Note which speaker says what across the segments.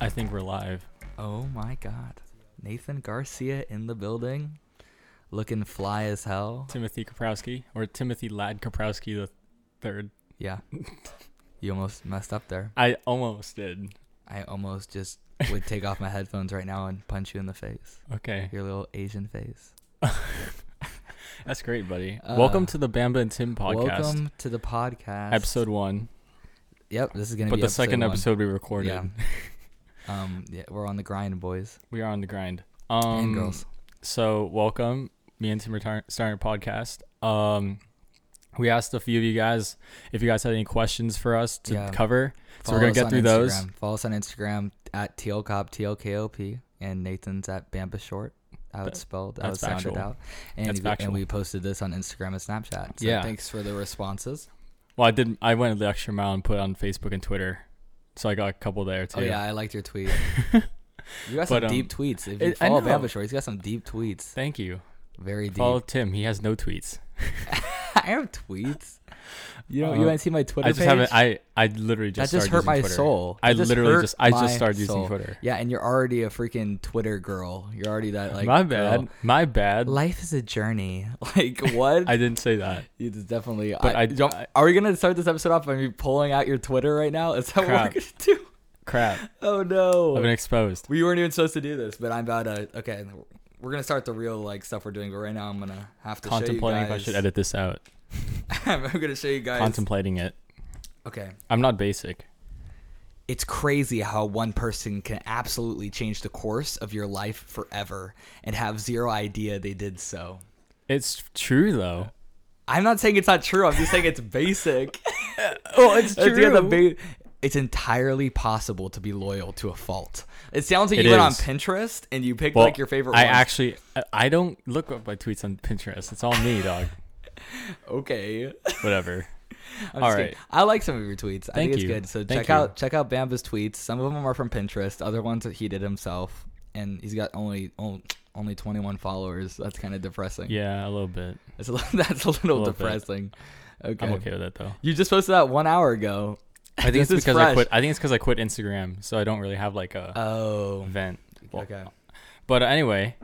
Speaker 1: I think we're live.
Speaker 2: Oh my god. Nathan Garcia in the building. Looking fly as hell.
Speaker 1: Timothy Kaprowski or Timothy Ladd Kaprowski the third.
Speaker 2: Yeah. You almost messed up there.
Speaker 1: I almost did.
Speaker 2: I almost just would take off my headphones right now and punch you in the face.
Speaker 1: Okay.
Speaker 2: Your little Asian face.
Speaker 1: That's great, buddy.
Speaker 2: Uh,
Speaker 1: Welcome to the Bamba and Tim podcast.
Speaker 2: Welcome to the podcast.
Speaker 1: Episode one.
Speaker 2: Yep, this is gonna
Speaker 1: But
Speaker 2: be
Speaker 1: the second
Speaker 2: one.
Speaker 1: episode we recorded.
Speaker 2: Yeah. Um yeah, we're on the grind, boys.
Speaker 1: We are on the grind. Um
Speaker 2: and girls.
Speaker 1: So welcome. Me and Tim are tar- starting a podcast. Um we asked a few of you guys if you guys had any questions for us to
Speaker 2: Yeah.
Speaker 1: cover. so
Speaker 2: Follow
Speaker 1: we're gonna
Speaker 2: us
Speaker 1: get
Speaker 2: on
Speaker 1: through those.
Speaker 2: Instagram. Follow us on Instagram at TLCOP, TLKOP, and Nathan's at Bampa Short. How
Speaker 1: That-
Speaker 2: it's spelled, how
Speaker 1: that's
Speaker 2: it's sounded
Speaker 1: factual.
Speaker 2: out. And,
Speaker 1: That's
Speaker 2: we, and
Speaker 1: factual.
Speaker 2: we posted this on Instagram and Snapchat. So
Speaker 1: Yeah.
Speaker 2: thanks for the responses.
Speaker 1: Well, I did. I went the extra mile and put it on Facebook and Twitter, so I got a couple there too.
Speaker 2: Oh, yeah, I liked your tweet. you got some
Speaker 1: But, um,
Speaker 2: deep tweets. If you
Speaker 1: it- I
Speaker 2: follow
Speaker 1: know.
Speaker 2: Bampa Short, he's got some deep tweets.
Speaker 1: Thank you.
Speaker 2: Very deep.
Speaker 1: Follow Tim. He has no tweets.
Speaker 2: I have tweets. You know,
Speaker 1: Uh,
Speaker 2: you haven't seen my Twitter
Speaker 1: I just
Speaker 2: page?
Speaker 1: haven't. I I literally
Speaker 2: that
Speaker 1: just
Speaker 2: just
Speaker 1: started
Speaker 2: hurt
Speaker 1: using
Speaker 2: my
Speaker 1: Twitter.
Speaker 2: soul.
Speaker 1: I
Speaker 2: That just
Speaker 1: literally
Speaker 2: hurt
Speaker 1: just I
Speaker 2: my
Speaker 1: just started using
Speaker 2: soul.
Speaker 1: Twitter.
Speaker 2: Yeah, and you're already a freaking Twitter girl. You're already that like
Speaker 1: my
Speaker 2: girl.
Speaker 1: bad. My bad.
Speaker 2: Life is a journey. Like what?
Speaker 1: I didn't say that.
Speaker 2: it is definitely.
Speaker 1: But
Speaker 2: I,
Speaker 1: I-
Speaker 2: don't-
Speaker 1: I-
Speaker 2: are we gonna start this episode off by me pulling out your Twitter right now? Is that what
Speaker 1: Crap.
Speaker 2: we're gonna do?
Speaker 1: Crap.
Speaker 2: Oh no!
Speaker 1: I've been exposed.
Speaker 2: we weren't even supposed to do this, but I'm about to. Okay, we're gonna start the real like stuff we're doing. But right now, I'm gonna have to
Speaker 1: Contemplating
Speaker 2: show
Speaker 1: if
Speaker 2: you
Speaker 1: I
Speaker 2: guys.
Speaker 1: should edit this out.
Speaker 2: I'm gonna show you guys.
Speaker 1: Contemplating it.
Speaker 2: okay,
Speaker 1: I'm not basic.
Speaker 2: it's crazy how one person can absolutely change the course of your life forever and have zero idea they did so.
Speaker 1: It's true though.
Speaker 2: I'm not saying it's not true. I'm just saying it's basic.
Speaker 1: Oh, it's
Speaker 2: That's the other big- it's entirely possible to be loyal to a fault. It sounds like
Speaker 1: It
Speaker 2: you went on
Speaker 1: is.
Speaker 2: Pinterest and you picked
Speaker 1: Well,
Speaker 2: like your favorite.
Speaker 1: I
Speaker 2: ones.
Speaker 1: actually I- I don't look up my tweets on Pinterest. It's all me, dog.
Speaker 2: okay.
Speaker 1: Whatever.
Speaker 2: I'm
Speaker 1: All
Speaker 2: just kidding.
Speaker 1: right.
Speaker 2: I like some of your tweets. I think
Speaker 1: Thank
Speaker 2: it's
Speaker 1: you.
Speaker 2: good. So
Speaker 1: Thank
Speaker 2: check
Speaker 1: you.
Speaker 2: out check out Bamba's tweets. Some of them are from Pinterest. Other ones that he did himself, and he's got only only, only 21 followers. That's kind of depressing.
Speaker 1: Yeah, a little bit.
Speaker 2: That's a little, that's a little,
Speaker 1: little bit.
Speaker 2: depressing. Okay.
Speaker 1: I'm okay with that though.
Speaker 2: You just posted that one hour ago.
Speaker 1: I think
Speaker 2: This
Speaker 1: it's
Speaker 2: is
Speaker 1: because I
Speaker 2: fresh.
Speaker 1: quit. I think it's because I quit Instagram, so I don't really have like a
Speaker 2: Oh.
Speaker 1: event. Well,
Speaker 2: Okay.
Speaker 1: But anyway,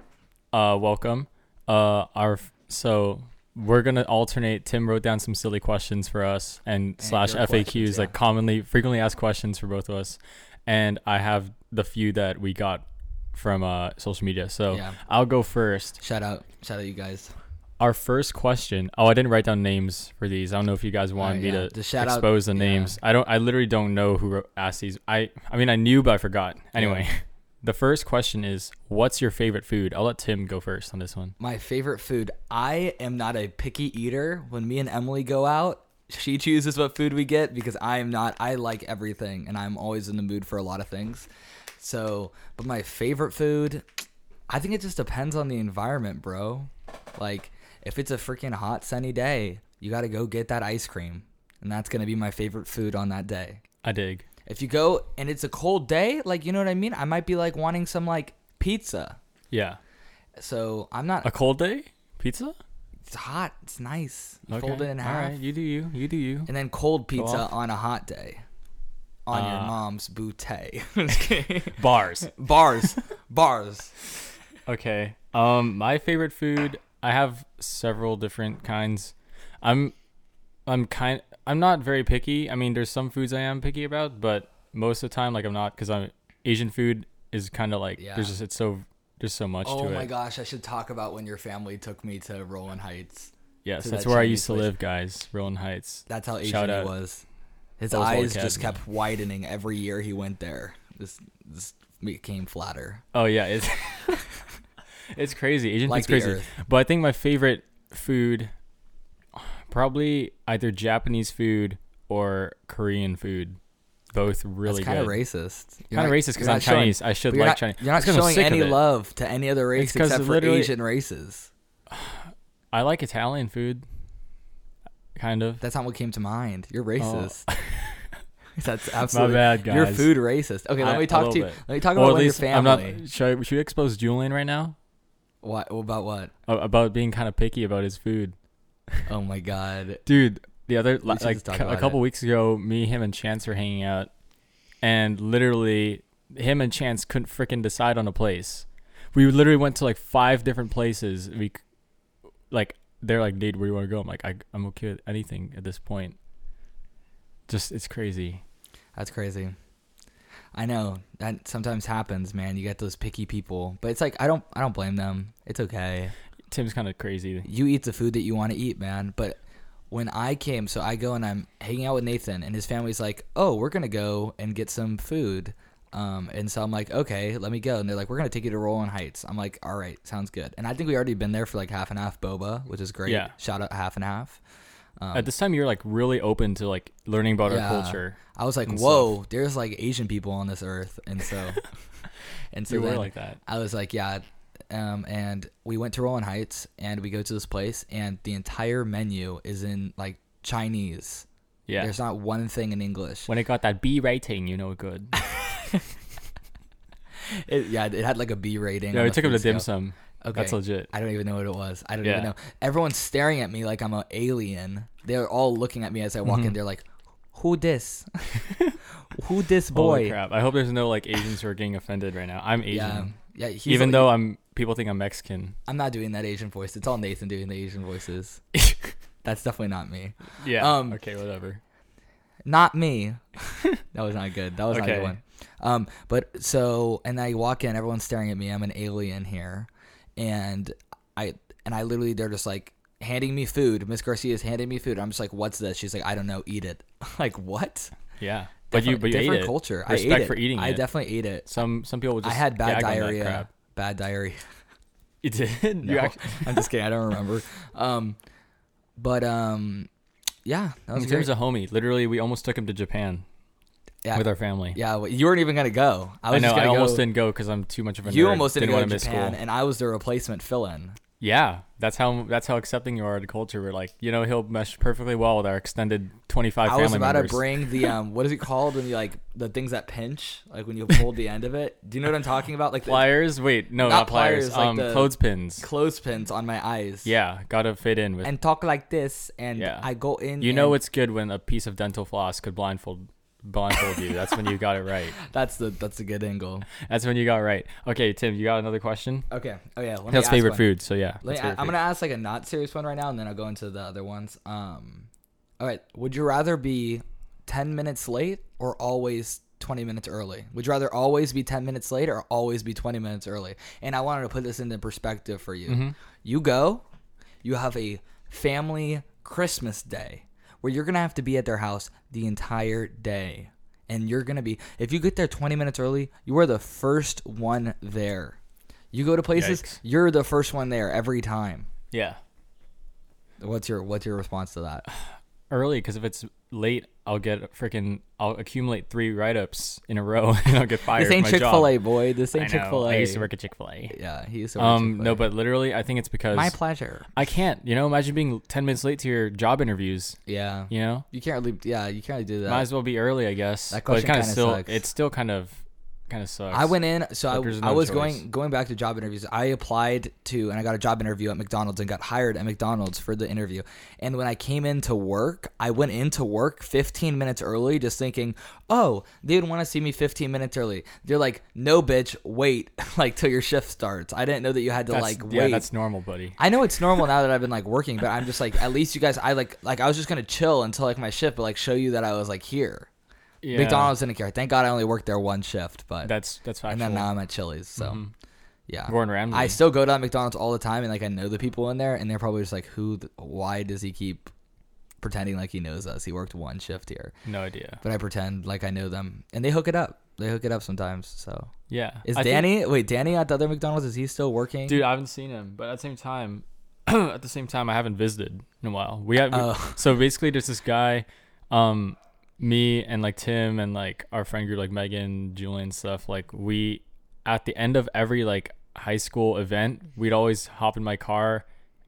Speaker 1: uh, welcome. Uh, our f- so we're gonna alternate. Tim wrote down some silly questions for us and, slash
Speaker 2: your
Speaker 1: FAQs,
Speaker 2: questions,
Speaker 1: like
Speaker 2: yeah.
Speaker 1: commonly frequently asked questions for both of us. And I have the few that we got from uh, social media. So
Speaker 2: Yeah.
Speaker 1: I'll go first.
Speaker 2: Shout out shout out you guys.
Speaker 1: Our first question. Oh, I didn't write down names for these. I don't know if you guys wanted
Speaker 2: Alright,
Speaker 1: me
Speaker 2: Uh, yeah.
Speaker 1: to
Speaker 2: Just shout out-
Speaker 1: expose the
Speaker 2: yeah.
Speaker 1: names. I don't. I literally don't know who wrote, asked these. I. I mean, I knew, but I forgot. Anyway, the first question is, "What's your favorite food?" I'll let Tim go first on this one.
Speaker 2: My favorite food. I am not a picky eater. When me and Emily go out, she chooses what food we get because I am not. I like everything, and I'm always in the mood for a lot of things. So, but my favorite food, I think it just depends on the environment, bro. Like, if it's a freaking hot sunny day, you got to go get that ice cream, and that's gonna be my favorite food on that day.
Speaker 1: I dig.
Speaker 2: If you go and it's a cold day, like you know what I mean, I might be like wanting some like pizza.
Speaker 1: Yeah.
Speaker 2: So I'm not.
Speaker 1: A cold day pizza.
Speaker 2: It's hot. It's nice. You
Speaker 1: Okay.
Speaker 2: fold it in
Speaker 1: All
Speaker 2: half,
Speaker 1: right, You do you. You do you.
Speaker 2: and then cold pizza
Speaker 1: off.
Speaker 2: on a hot day, on your
Speaker 1: Uh,
Speaker 2: mom's bootay. Just kidding.
Speaker 1: Bars.
Speaker 2: bars, bars.
Speaker 1: Okay. Um, my favorite food. I have several different kinds. I'm, I'm kind. I'm not very picky. I mean, there's some foods I am picky about, but most of the time, like I'm not, because I'm Asian food is kind of like
Speaker 2: Yeah.
Speaker 1: there's just it's so there's so much
Speaker 2: Oh
Speaker 1: to
Speaker 2: my
Speaker 1: it.
Speaker 2: gosh, I should talk about when your family took me to Roland Heights.
Speaker 1: Yes,
Speaker 2: to
Speaker 1: that's
Speaker 2: that
Speaker 1: where I
Speaker 2: Chinese
Speaker 1: used to
Speaker 2: place.
Speaker 1: live, guys. Roland Heights.
Speaker 2: That's how Asian
Speaker 1: Shout
Speaker 2: he
Speaker 1: out.
Speaker 2: was. His
Speaker 1: Oswald
Speaker 2: eyes just
Speaker 1: Cadman.
Speaker 2: kept widening every year he went there. This this became flatter.
Speaker 1: Oh yeah, it's it's crazy. Asian
Speaker 2: Like
Speaker 1: food's crazy.
Speaker 2: the earth.
Speaker 1: But I think my favorite food, probably either Japanese food or Korean food. Both really
Speaker 2: That's kind of
Speaker 1: good.
Speaker 2: racist.
Speaker 1: Kind of racist because I'm Chinese. I should
Speaker 2: But you're
Speaker 1: like
Speaker 2: not,
Speaker 1: Chinese.
Speaker 2: You're not
Speaker 1: It's 'cause I'm
Speaker 2: showing
Speaker 1: sick of
Speaker 2: any
Speaker 1: it.
Speaker 2: love to any other race
Speaker 1: 'cause
Speaker 2: except for
Speaker 1: literally-
Speaker 2: Asian races.
Speaker 1: I like Italian food, kind of.
Speaker 2: That's not what came to mind. You're racist. That's
Speaker 1: Oh. My
Speaker 2: absolutely
Speaker 1: bad,
Speaker 2: You're
Speaker 1: guys.
Speaker 2: food racist. Okay, let
Speaker 1: I-
Speaker 2: me
Speaker 1: a
Speaker 2: talk
Speaker 1: little
Speaker 2: to you.
Speaker 1: bit.
Speaker 2: Let me talk
Speaker 1: Well,
Speaker 2: about
Speaker 1: at
Speaker 2: when your
Speaker 1: least I'm not.
Speaker 2: family.
Speaker 1: Should, I, should we expose Julian right now
Speaker 2: What about what?
Speaker 1: A- about being kind of picky about his food,
Speaker 2: Oh my god.
Speaker 1: dude? The other li-
Speaker 2: should
Speaker 1: like
Speaker 2: just talk
Speaker 1: cou- a
Speaker 2: about
Speaker 1: couple weeks ago, me, him, and Chance were hanging out, and literally him and Chance couldn't freaking decide on a place. We literally went to like five different places. We, c- like, they're like, dude, where do you want to go? I'm like, I, I'm okay with anything at this point. Just, it's crazy.
Speaker 2: That's crazy. I know that sometimes happens, man. You get those picky people, but it's like I don't, I don't blame them. It's okay.
Speaker 1: Tim's kind of crazy.
Speaker 2: You eat the food that you want to eat, man. But when I came, so I go and I'm hanging out with Nathan, and his family's like, "Oh, we're gonna go and get some food," um, and so I'm like, "Okay, let me go." And they're like, "We're gonna take you to Roland Heights." I'm like, "All right, sounds good." And I think we already been there for like half and half boba, which is great.
Speaker 1: Yeah.
Speaker 2: Shout out half and half. Um,
Speaker 1: At this time, you're like really open to like learning about
Speaker 2: Yeah.
Speaker 1: our culture.
Speaker 2: I was like,
Speaker 1: and
Speaker 2: "Whoa, there's like Asian people on this earth," and so, and so
Speaker 1: You were
Speaker 2: then
Speaker 1: like that.
Speaker 2: I was like, "Yeah," um, and we went to Roland Heights, and we go to this place, and the entire menu is in like Chinese.
Speaker 1: Yeah.
Speaker 2: There's not one thing in English.
Speaker 1: when it got that B rating, you know, good.
Speaker 2: It, yeah, it had like a B rating.
Speaker 1: yeah,
Speaker 2: on
Speaker 1: we
Speaker 2: the
Speaker 1: took him
Speaker 2: food
Speaker 1: to dim
Speaker 2: scale.
Speaker 1: sum.
Speaker 2: Okay.
Speaker 1: That's legit.
Speaker 2: I don't even know what it was. I don't even
Speaker 1: Yeah.
Speaker 2: know. Everyone's staring at me like I'm an alien. They're all looking at me as I walk
Speaker 1: Mm-hmm.
Speaker 2: in. They're like, "Who this? Who this
Speaker 1: Holy
Speaker 2: boy?"
Speaker 1: crap! I hope there's no like Asians who are getting offended right now. I'm Asian,
Speaker 2: Yeah, yeah. He's
Speaker 1: even
Speaker 2: like-
Speaker 1: though I'm people think I'm Mexican.
Speaker 2: I'm not doing that Asian voice. It's all Nathan doing the Asian voices. That's definitely not me.
Speaker 1: yeah.
Speaker 2: Um,
Speaker 1: okay. Whatever.
Speaker 2: Not me. that was not good. That was not a
Speaker 1: Okay.
Speaker 2: good one. Um, but so, and I walk in, everyone's staring at me. I'm an alien here, and I and I literally they're just like handing me food. Miss Garcia's handing me food. I'm just like, what's this? She's like, I don't know. Eat it. like what?
Speaker 1: Yeah. But you,
Speaker 2: Different-
Speaker 1: but you
Speaker 2: different
Speaker 1: ate
Speaker 2: culture.
Speaker 1: It.
Speaker 2: I ate
Speaker 1: Respect
Speaker 2: it.
Speaker 1: for eating
Speaker 2: I
Speaker 1: it.
Speaker 2: definitely ate it.
Speaker 1: Some some people would
Speaker 2: I
Speaker 1: just.
Speaker 2: had bad
Speaker 1: gag on that
Speaker 2: diarrhea.
Speaker 1: crap.
Speaker 2: Bad diarrhea.
Speaker 1: You did.
Speaker 2: No,
Speaker 1: You actually,
Speaker 2: I'm just kidding. I don't remember. Um, but um, yeah, that was
Speaker 1: in terms
Speaker 2: great.
Speaker 1: of homie, literally, we almost took him to Japan
Speaker 2: yeah,
Speaker 1: with our family.
Speaker 2: yeah. well, You weren't even gonna go. I
Speaker 1: I,
Speaker 2: was
Speaker 1: know.
Speaker 2: just
Speaker 1: I
Speaker 2: gonna
Speaker 1: almost
Speaker 2: go.
Speaker 1: didn't go because I'm too much of a.
Speaker 2: You
Speaker 1: nerd,
Speaker 2: almost didn't,
Speaker 1: wanna
Speaker 2: go to
Speaker 1: miss
Speaker 2: Japan,
Speaker 1: School.
Speaker 2: and I was the replacement fill-in.
Speaker 1: Yeah, that's how that's how accepting you are to culture. We're like, you know, he'll mesh perfectly well with our extended 25
Speaker 2: I
Speaker 1: family
Speaker 2: was about
Speaker 1: members.
Speaker 2: to bring the um, what is it called when you like the things that pinch, like when you hold the end of it. Do you know what I'm talking about? Like the
Speaker 1: pliers. Wait, no,
Speaker 2: Not
Speaker 1: not, pliers.
Speaker 2: pliers, like
Speaker 1: um,
Speaker 2: the-
Speaker 1: clothespins.
Speaker 2: clothespins on my eyes.
Speaker 1: Yeah, gotta fit in with.
Speaker 2: and talk like this, and
Speaker 1: Yeah.
Speaker 2: I go in.
Speaker 1: you know
Speaker 2: and-
Speaker 1: it's good when a piece of dental floss could blindfold blindfold you. That's when you got it right.
Speaker 2: that's the that's a good angle.
Speaker 1: That's when you got it right. Okay, Tim, you got another question?
Speaker 2: Okay. Oh yeah. Let me
Speaker 1: That's
Speaker 2: ask
Speaker 1: favorite
Speaker 2: one.
Speaker 1: food. So yeah,
Speaker 2: Let
Speaker 1: that's
Speaker 2: me, I,
Speaker 1: favorite
Speaker 2: I'm
Speaker 1: food.
Speaker 2: gonna ask like a not serious one right now, and then I'll go into the other ones. Um, all right. Would you rather be ten minutes late or always twenty minutes early? Would you rather always be ten minutes late or always be twenty minutes early? And I wanted to put this into perspective for you. You go. You have a family Christmas day where you're gonna have to be at their house the entire day, and you're gonna be if you get there twenty minutes early, you are the first one there. You go to places,
Speaker 1: Yikes.
Speaker 2: you're the first one there every time.
Speaker 1: yeah,
Speaker 2: What's your what's your response to that?
Speaker 1: early because if it's late, I'll get a freaking. I'll accumulate three write ups in a row and I'll get fired.
Speaker 2: This ain't
Speaker 1: from my
Speaker 2: Chick Fil A,
Speaker 1: job.
Speaker 2: boy. This
Speaker 1: I
Speaker 2: ain't
Speaker 1: know.
Speaker 2: Chick Fil A.
Speaker 1: I used to work at Chick Fil A.
Speaker 2: Yeah, he used to work.
Speaker 1: Um,
Speaker 2: Chick-fil-A.
Speaker 1: no, but literally, I think it's because
Speaker 2: my pleasure.
Speaker 1: I can't. You know, imagine being ten minutes late to your job interviews.
Speaker 2: Yeah,
Speaker 1: You know,
Speaker 2: you can't really. Yeah, you can't really do that.
Speaker 1: might as well be early, I guess.
Speaker 2: That
Speaker 1: But it
Speaker 2: question
Speaker 1: kinda
Speaker 2: kinda
Speaker 1: still,
Speaker 2: sucks.
Speaker 1: It still kind of, kind of sucks.
Speaker 2: I went in, so I,
Speaker 1: Like, there's
Speaker 2: I
Speaker 1: no
Speaker 2: was
Speaker 1: choice.
Speaker 2: going going back to job interviews. I applied to and I got a job interview at McDonald's and got hired at McDonald's for the interview. And when I came into work, I went into work 15 minutes early, just thinking, oh, they would want to see me 15 minutes early. They're like, no, bitch, wait, like till your shift starts. I didn't know that you had to
Speaker 1: That's,
Speaker 2: like wait.
Speaker 1: yeah, that's normal, buddy.
Speaker 2: I know it's normal now that I've been like working, but I'm just like, at least you guys, I like, like I was just gonna chill until like my shift, but like show you that I was like here.
Speaker 1: Yeah,
Speaker 2: McDonald's didn't care. Thank God I only worked there one shift, but
Speaker 1: That's Mm-hmm. that's
Speaker 2: and
Speaker 1: factual.
Speaker 2: then now I'm at Chili's. So, yeah,
Speaker 1: Gordon Ramsay.
Speaker 2: I still go to that McDonald's all the time, and like I know the people in there, and they're probably just like, "Who? th- Why does he keep pretending like he knows us? He worked one shift here,
Speaker 1: no idea.
Speaker 2: but I pretend like I know them, and they hook it up. They hook it up sometimes. So,
Speaker 1: Yeah.
Speaker 2: is
Speaker 1: I think-
Speaker 2: Danny? wait, Danny at the other McDonald's? Is he still working?
Speaker 1: dude, I haven't seen him, but at the same time, at the same time, I haven't visited in a while. We have.
Speaker 2: Oh.
Speaker 1: so basically, there's this guy, um, me and like Tim and like our friend group, like Megan, Julian, stuff. Like we, at the end of every like high school event, we'd always hop in my car,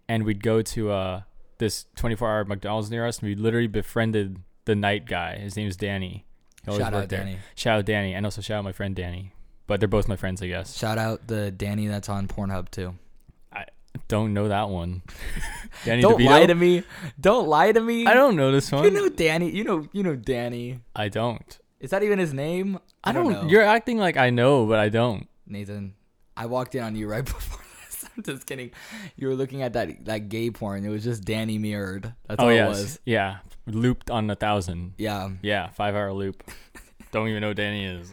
Speaker 1: and we'd go to uh this 24 hour McDonald's near us, and we literally befriended the night guy. His name is Danny. He always
Speaker 2: Shout out
Speaker 1: worked there.
Speaker 2: Danny.
Speaker 1: Shout out Danny, and also shout out my friend Danny. But they're both my friends, I guess.
Speaker 2: Shout out the Danny that's on Pornhub too.
Speaker 1: I don't know that one. Danny
Speaker 2: Don't
Speaker 1: DeVito.
Speaker 2: lie to me. Don't lie to me.
Speaker 1: I don't know this one.
Speaker 2: You know Danny. You know. You know Danny.
Speaker 1: I don't.
Speaker 2: Is that even his name? I,
Speaker 1: I don't.
Speaker 2: know.
Speaker 1: You're acting like I know, but I don't.
Speaker 2: Nathan, I walked in on you right before this. I'm just kidding. You were looking at that that gay porn. It was just Danny mirrored. That's
Speaker 1: Oh
Speaker 2: all
Speaker 1: yes,
Speaker 2: it was.
Speaker 1: yeah. Looped on a thousand.
Speaker 2: Yeah.
Speaker 1: Yeah, five hour loop. don't even know who Danny is.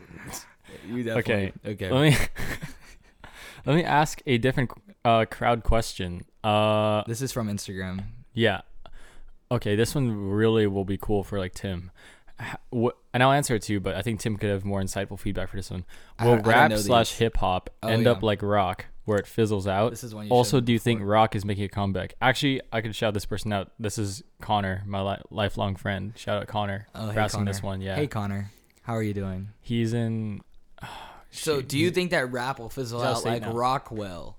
Speaker 2: You
Speaker 1: Okay.
Speaker 2: definitely. Okay.
Speaker 1: Let me let me ask a different uh, crowd question. Uh,
Speaker 2: This is from Instagram.
Speaker 1: yeah. Okay, this one really will be cool for like Tim. H- wh- and I'll answer it too, but I think Tim could have more insightful feedback for this one.
Speaker 2: I
Speaker 1: Will
Speaker 2: don't- I don't
Speaker 1: rap
Speaker 2: know
Speaker 1: slash
Speaker 2: these.
Speaker 1: hip hop
Speaker 2: Oh,
Speaker 1: end
Speaker 2: yeah.
Speaker 1: up like rock, where it fizzles out?
Speaker 2: This is one you
Speaker 1: also,
Speaker 2: showed
Speaker 1: do you think
Speaker 2: before.
Speaker 1: rock is making a comeback? Actually, I could shout this person out. This is Connor, my li- lifelong friend. Shout out Connor
Speaker 2: Oh,
Speaker 1: for
Speaker 2: hey
Speaker 1: asking
Speaker 2: Connor.
Speaker 1: this one. Yeah,
Speaker 2: Hey Connor, how are you doing?
Speaker 1: he's in.
Speaker 2: So, do you think that rap will fizzle
Speaker 1: Just
Speaker 2: out
Speaker 1: say
Speaker 2: like
Speaker 1: no.
Speaker 2: Rockwell?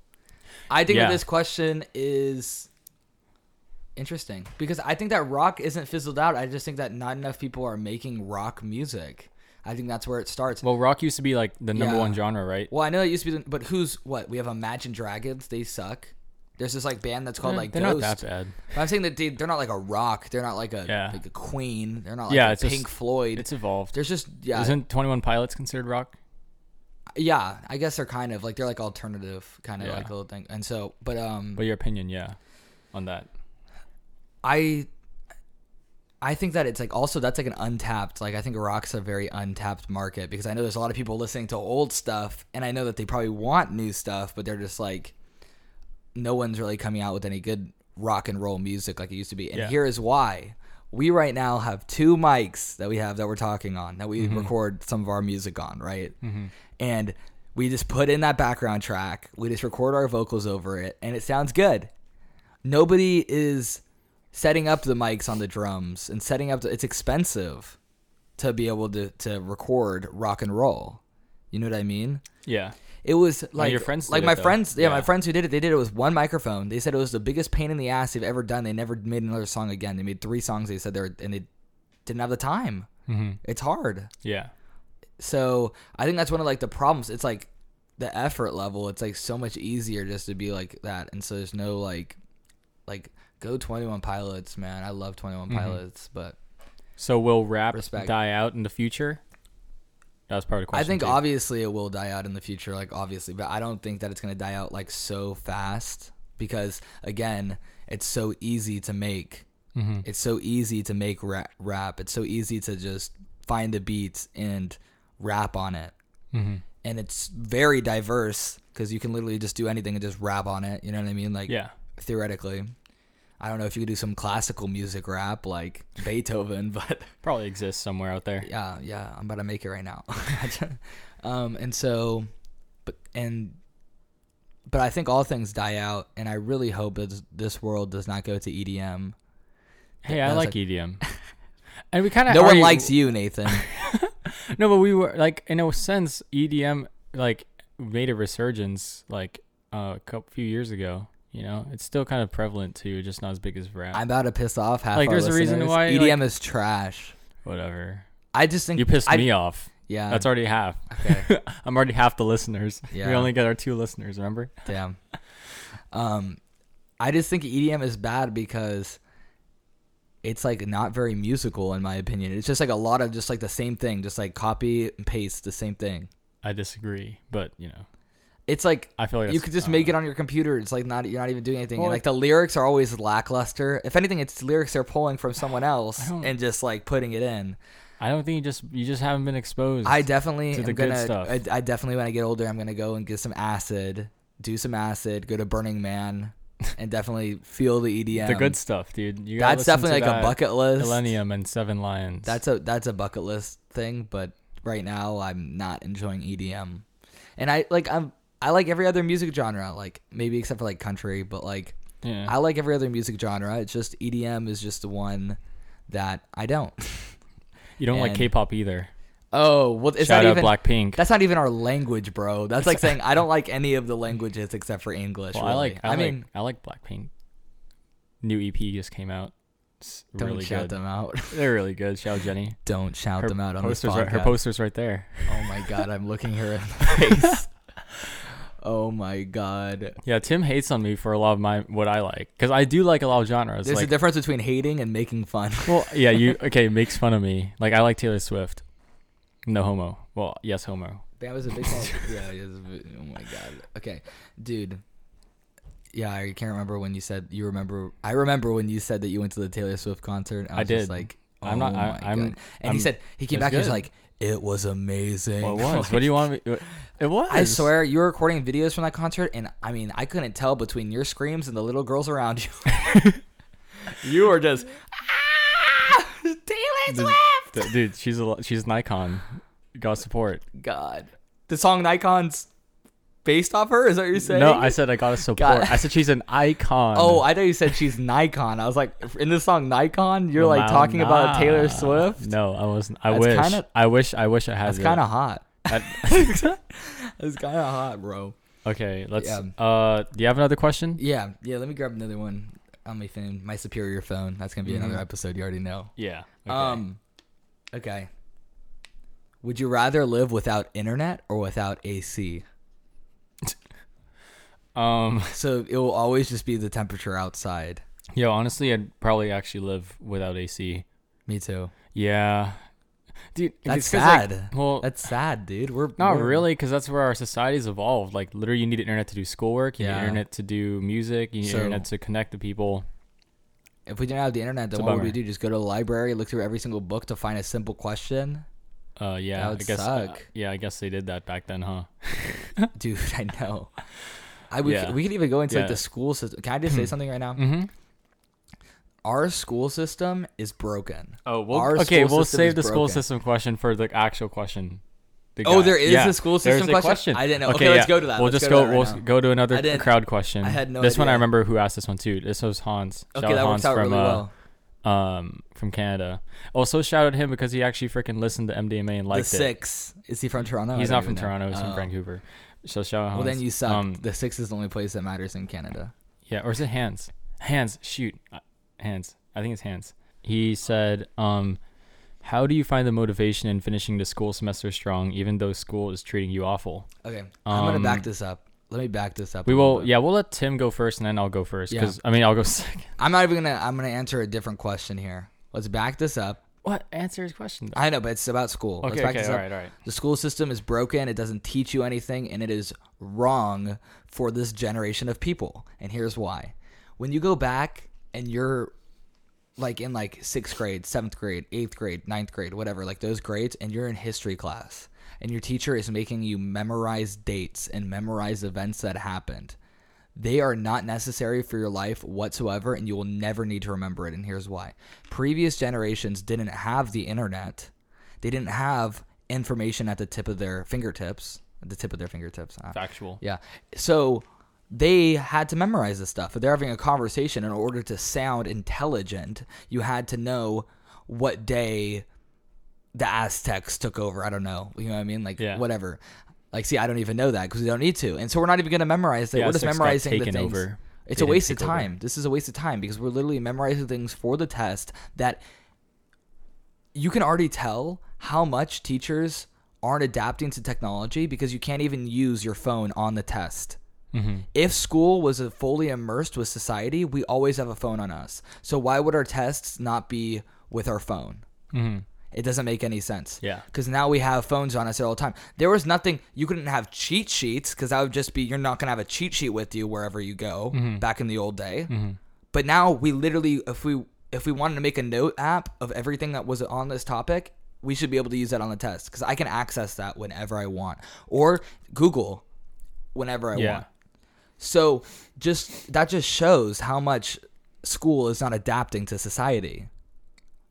Speaker 2: I think
Speaker 1: Yeah.
Speaker 2: that this question is interesting because I think that rock isn't fizzled out. I just think that not enough people are making rock music. I think that's where it starts.
Speaker 1: Well, rock used to be like the number
Speaker 2: Yeah.
Speaker 1: one genre, right?
Speaker 2: Well, I know it used to be, but who's what? We have Imagine Dragons. They suck. There's this like band that's called like
Speaker 1: Eh, they're
Speaker 2: Ghost.
Speaker 1: not that bad.
Speaker 2: But I'm saying that they, they're not like a rock. They're not like a
Speaker 1: Yeah.
Speaker 2: like a Queen. They're not like
Speaker 1: Yeah,
Speaker 2: a
Speaker 1: it's just-
Speaker 2: Pink Floyd.
Speaker 1: It's evolved.
Speaker 2: There's just yeah,
Speaker 1: Isn't Twenty One Pilots considered rock?
Speaker 2: yeah. I guess they're kind of like they're like alternative kind of
Speaker 1: Yeah.
Speaker 2: like little thing. And so, but um,
Speaker 1: But your opinion, yeah, on that.
Speaker 2: I I think that it's like also that's like an untapped like I think rock's a very untapped market because I know there's a lot of people listening to old stuff and I know that they probably want new stuff but they're just like no one's really coming out with any good rock and roll music like it used to be and
Speaker 1: Yeah.
Speaker 2: here is why we right now have two mics that we have that we're talking on that we record some of our music on right and we just put in that background track we just record our vocals over it and it sounds good nobody is setting up the mics on the drums and setting up the, it's expensive to be able to to record rock and roll you know what i mean
Speaker 1: Yeah,
Speaker 2: it was like
Speaker 1: your friends did
Speaker 2: like
Speaker 1: it,
Speaker 2: my
Speaker 1: though.
Speaker 2: friends yeah, my
Speaker 1: Yeah.
Speaker 2: friends who did it they did it with one microphone they said it was the biggest pain in the ass they've ever done they never made another song again they made three songs they said they were and they didn't have the time mm-hmm. it's hard
Speaker 1: yeah,
Speaker 2: so I think that's one of like the problems. It's like the effort level. It's like so much easier just to be like that, and so there's no like, like go Twenty One Pilots, man. I love Twenty Pilots, but
Speaker 1: So will rap
Speaker 2: Respect.
Speaker 1: die out in the future? That was part of the
Speaker 2: I
Speaker 1: question.
Speaker 2: think
Speaker 1: too.
Speaker 2: obviously it will die out in the future, like obviously, but I don't think that it's gonna die out like so fast because again, it's so easy to make. It's so easy to make ra- rap. It's so easy to just find the beats and rap on it. And it's very diverse because you can literally just do anything and just rap on it. You know what I mean? Like
Speaker 1: yeah,
Speaker 2: theoretically, I don't know if you could do some classical music rap like Beethoven, but
Speaker 1: probably exists somewhere out there.
Speaker 2: yeah, yeah, I'm about to make it right now. um, and so, but and but I think all things die out, and I really hope that this world does not go to E EDM.
Speaker 1: Hey, I
Speaker 2: was
Speaker 1: like,
Speaker 2: like-
Speaker 1: EDM, and we kind of
Speaker 2: No one likes E you, Nathan.
Speaker 1: No, but we were like in a sense EDM like made a resurgence like uh, a couple few years ago. You know, it's still kind of prevalent too, just not as big as rap.
Speaker 2: I'm about to piss off half.
Speaker 1: Like,
Speaker 2: our
Speaker 1: there's a reason
Speaker 2: listeners.
Speaker 1: why,
Speaker 2: EDM is trash.
Speaker 1: Whatever.
Speaker 2: I just think
Speaker 1: You pissed
Speaker 2: I-
Speaker 1: me off.
Speaker 2: Yeah,
Speaker 1: That's already half.
Speaker 2: Okay.
Speaker 1: I'm already half the listeners. We
Speaker 2: Yeah.
Speaker 1: only got our two listeners. Remember?
Speaker 2: Damn. Um, I just think EDM is bad because it's like not very musical, in my opinion. It's just like a lot of just like the same thing, just like copy and paste the same thing.
Speaker 1: I disagree, but you know,
Speaker 2: It's like
Speaker 1: I feel like
Speaker 2: you
Speaker 1: that's-
Speaker 2: could just
Speaker 1: I don't
Speaker 2: make
Speaker 1: know.
Speaker 2: it on your computer. It's like not you're not even doing anything. And,
Speaker 1: Well,
Speaker 2: like the lyrics are always lackluster. If anything, it's lyrics they're pulling from someone else
Speaker 1: don't-
Speaker 2: and just like putting it in.
Speaker 1: I don't think you just you just haven't been exposed.
Speaker 2: I definitely
Speaker 1: to the
Speaker 2: am
Speaker 1: good
Speaker 2: gonna.
Speaker 1: stuff.
Speaker 2: I, I definitely when I get older, I'm gonna go and get some acid, do some acid, go to Burning Man, and definitely feel the EDM.
Speaker 1: the good stuff, dude. You gotta
Speaker 2: That's
Speaker 1: listen
Speaker 2: definitely
Speaker 1: to
Speaker 2: like a
Speaker 1: that
Speaker 2: bucket list.
Speaker 1: Millennium and Seven Lions.
Speaker 2: That's a that's a bucket list thing, but right now I'm not enjoying EDM. And I like I'm I like every other music genre, like maybe except for like country, but like
Speaker 1: yeah.
Speaker 2: I like every other music genre. It's just EDM is just the one that I don't.
Speaker 1: you don't like
Speaker 2: and-
Speaker 1: K-pop either.
Speaker 2: Oh, well it's
Speaker 1: Shout
Speaker 2: not
Speaker 1: out
Speaker 2: even
Speaker 1: Blackpink.
Speaker 2: That's not even our language, bro. That's like saying I don't like any of the languages except for English.
Speaker 1: Well, I
Speaker 2: really.
Speaker 1: like. I,
Speaker 2: I,
Speaker 1: like,
Speaker 2: mean,
Speaker 1: I like Blackpink. New EP just came out. It's
Speaker 2: don't
Speaker 1: really
Speaker 2: shout
Speaker 1: good.
Speaker 2: them out.
Speaker 1: They're really good. Shout out Jenny.
Speaker 2: don't shout them out on this
Speaker 1: posters. Right, her
Speaker 2: podcast.
Speaker 1: posters right there.
Speaker 2: Oh my god, I'm looking her in the face. oh my god.
Speaker 1: Yeah, Tim hates on me for a lot of my what I like because I do like a lot of genres.
Speaker 2: There's
Speaker 1: like,
Speaker 2: a difference between hating and making fun.
Speaker 1: well, yeah, you okay? Makes fun of me. Like I like Taylor Swift. No homo. Well, yes homo.
Speaker 2: That was a big one. yeah, it was a bit- oh my god. Okay, dude. Yeah, I can't remember when you said you remember. I remember when you said that you went to the Taylor Swift concert. I was
Speaker 1: I
Speaker 2: just
Speaker 1: did.
Speaker 2: like, oh
Speaker 1: I'm not- I-
Speaker 2: my
Speaker 1: I'm-
Speaker 2: god. And
Speaker 1: I'm-
Speaker 2: he said he came
Speaker 1: it's
Speaker 2: back and he was
Speaker 1: good.
Speaker 2: like, it was amazing.
Speaker 1: Well, it was. what do you want? Me, it was.
Speaker 2: I swear you were recording videos from that concert, and I mean, I couldn't tell between your screams and the little girls around you. you were just "Ah, Taylor
Speaker 1: Dude,
Speaker 2: Swift.
Speaker 1: th- dude, she's a lo- she's an icon. God support.
Speaker 2: God, the song Nikon's based off her. Is that what you're saying?
Speaker 1: No, I said I gotta support. I said she's an icon.
Speaker 2: Oh, I thought you said she's Nikon. I was like, in this song Nikon, you're oh, like
Speaker 1: Wow,
Speaker 2: talking about
Speaker 1: nah.
Speaker 2: Taylor Swift.
Speaker 1: No, I wasn't. I
Speaker 2: That's
Speaker 1: wish.
Speaker 2: kinda-
Speaker 1: I wish. I wish I had.
Speaker 2: That's
Speaker 1: it.
Speaker 2: kind of hot.
Speaker 1: I-
Speaker 2: That's kind of hot, bro.
Speaker 1: okay, let's.
Speaker 2: Yeah.
Speaker 1: Uh, do you have another question?
Speaker 2: Yeah, yeah. Let me grab another one on my phone, my superior phone. That's gonna be another episode. You already know.
Speaker 1: Yeah. Mm-hmm. Okay.
Speaker 2: Um, okay. Would you rather live without internet or without AC?
Speaker 1: Um,
Speaker 2: So it will always just be the temperature outside.
Speaker 1: Yo, honestly, I'd probably actually live without AC.
Speaker 2: Me too.
Speaker 1: Yeah. Dude,
Speaker 2: That's
Speaker 1: it's 'cause, like,
Speaker 2: sad.
Speaker 1: well,
Speaker 2: That's sad, dude. We're
Speaker 1: Not
Speaker 2: we're-
Speaker 1: really, because that's where our society's evolved. Like, literally, you need internet to do schoolwork, you
Speaker 2: Yeah.
Speaker 1: need internet to do music, you need
Speaker 2: So-
Speaker 1: internet to connect to people.
Speaker 2: If we didn't have the internet, then
Speaker 1: a
Speaker 2: what would we
Speaker 1: bummer.
Speaker 2: do? Just go to the library, look through every single book to find a simple question?
Speaker 1: Uh, yeah,
Speaker 2: would
Speaker 1: I guess. uh,
Speaker 2: suck.
Speaker 1: yeah, I guess they did that back then, huh?
Speaker 2: Dude, I know. I we,
Speaker 1: Yeah.
Speaker 2: could, we could even go into like,
Speaker 1: Yeah.
Speaker 2: the school system. Can I just say something right now?
Speaker 1: Mm-hmm.
Speaker 2: Our school system is broken.
Speaker 1: Oh, we'll,
Speaker 2: Our
Speaker 1: okay.
Speaker 2: school
Speaker 1: We'll
Speaker 2: system is
Speaker 1: save the school
Speaker 2: broken.
Speaker 1: system question for the actual question. The
Speaker 2: Oh,
Speaker 1: guy-
Speaker 2: there is
Speaker 1: yeah,
Speaker 2: a school
Speaker 1: there's
Speaker 2: system
Speaker 1: a
Speaker 2: question? I didn't know. Okay, let's go to that.
Speaker 1: We'll
Speaker 2: Let's
Speaker 1: just
Speaker 2: go
Speaker 1: go.
Speaker 2: to that
Speaker 1: we'll
Speaker 2: right now.
Speaker 1: go to
Speaker 2: I
Speaker 1: another
Speaker 2: didn't-
Speaker 1: crowd question.
Speaker 2: I had no
Speaker 1: This one I
Speaker 2: idea.
Speaker 1: remember who asked this one too. This was Hans.
Speaker 2: Okay,
Speaker 1: Shout out
Speaker 2: that
Speaker 1: Hans
Speaker 2: works out
Speaker 1: from,
Speaker 2: really
Speaker 1: uh,
Speaker 2: well.
Speaker 1: um, from Canada. Also, shout out him because he actually freaking listened to MDMA and
Speaker 2: The
Speaker 1: liked it.
Speaker 2: six. Is he from Toronto?
Speaker 1: He's
Speaker 2: I don't
Speaker 1: not from
Speaker 2: even know.
Speaker 1: Toronto. He's
Speaker 2: Oh.
Speaker 1: from Vancouver. So shout out.
Speaker 2: Well, then
Speaker 1: Hans.
Speaker 2: you suck.
Speaker 1: Um,
Speaker 2: the six is the only place that matters in Canada.
Speaker 1: yeah, or is it Hans? Hans, shoot, Uh, Hans. I think it's Hans. He said, um, "How do you find the motivation in finishing the school semester strong, even though school is treating you awful?"
Speaker 2: Okay, I'm gonna back
Speaker 1: Um,
Speaker 2: this up. Let me back this up.
Speaker 1: We
Speaker 2: a little
Speaker 1: will.
Speaker 2: bit.
Speaker 1: Yeah, we'll let Tim go first, and then I'll go first.
Speaker 2: Yeah.
Speaker 1: Because I mean, I'll go second.
Speaker 2: I'm not even gonna. I'm gonna answer a different question here. Let's back this up.
Speaker 1: What answer his question? Though.
Speaker 2: I know, but it's about school. Let's
Speaker 1: Okay,
Speaker 2: back
Speaker 1: okay,
Speaker 2: this
Speaker 1: all
Speaker 2: up.
Speaker 1: right, all right.
Speaker 2: The school system is broken. It doesn't teach you anything, and it is wrong for this generation of people. And here's why: when you go back and you're like in like sixth grade, seventh grade, eighth grade, ninth grade, whatever, like those grades, and you're in history class, and your teacher is making you memorize dates and memorize events that happened. They are not necessary for your life whatsoever, and you will never need to remember it. And here's why previous generations didn't have the internet, they didn't have information at the tip of their fingertips. At the tip of their fingertips. Ah.
Speaker 1: Factual.
Speaker 2: Yeah. So they had to memorize this stuff. If they're having a conversation in order to sound intelligent, you had to know what day the Aztecs took over. I don't know. You know what I mean? Like
Speaker 1: Yeah.
Speaker 2: whatever. Like, see, I don't even know that because we don't need to, and so we're not even going to memorize that.
Speaker 1: The
Speaker 2: we're just
Speaker 1: Aztecs got
Speaker 2: memorizing the
Speaker 1: taken
Speaker 2: things.
Speaker 1: over.
Speaker 2: It's
Speaker 1: They
Speaker 2: a
Speaker 1: didn't
Speaker 2: waste of
Speaker 1: take over.
Speaker 2: time. This is a waste of time because we're literally memorizing things for the test that you can already tell how much teachers aren't adapting to technology because you can't even use your phone on the test. Mm-hmm. If school was uh, fully immersed with society, we always have a phone on us. So why would our tests not be with our phone? It doesn't make any sense.
Speaker 1: Yeah.
Speaker 2: Because now we have phones on us at all the time. There was nothing you couldn't have cheat sheets because that would just be you're not gonna have a cheat sheet with you wherever you go. Back in the old day. But now we literally, if we if we wanted to make a note app of everything that was on this topic, we should be able to use that on the test because I can access that whenever I want or Google whenever I
Speaker 1: Yeah.
Speaker 2: want. So just that just shows how much school is not adapting to society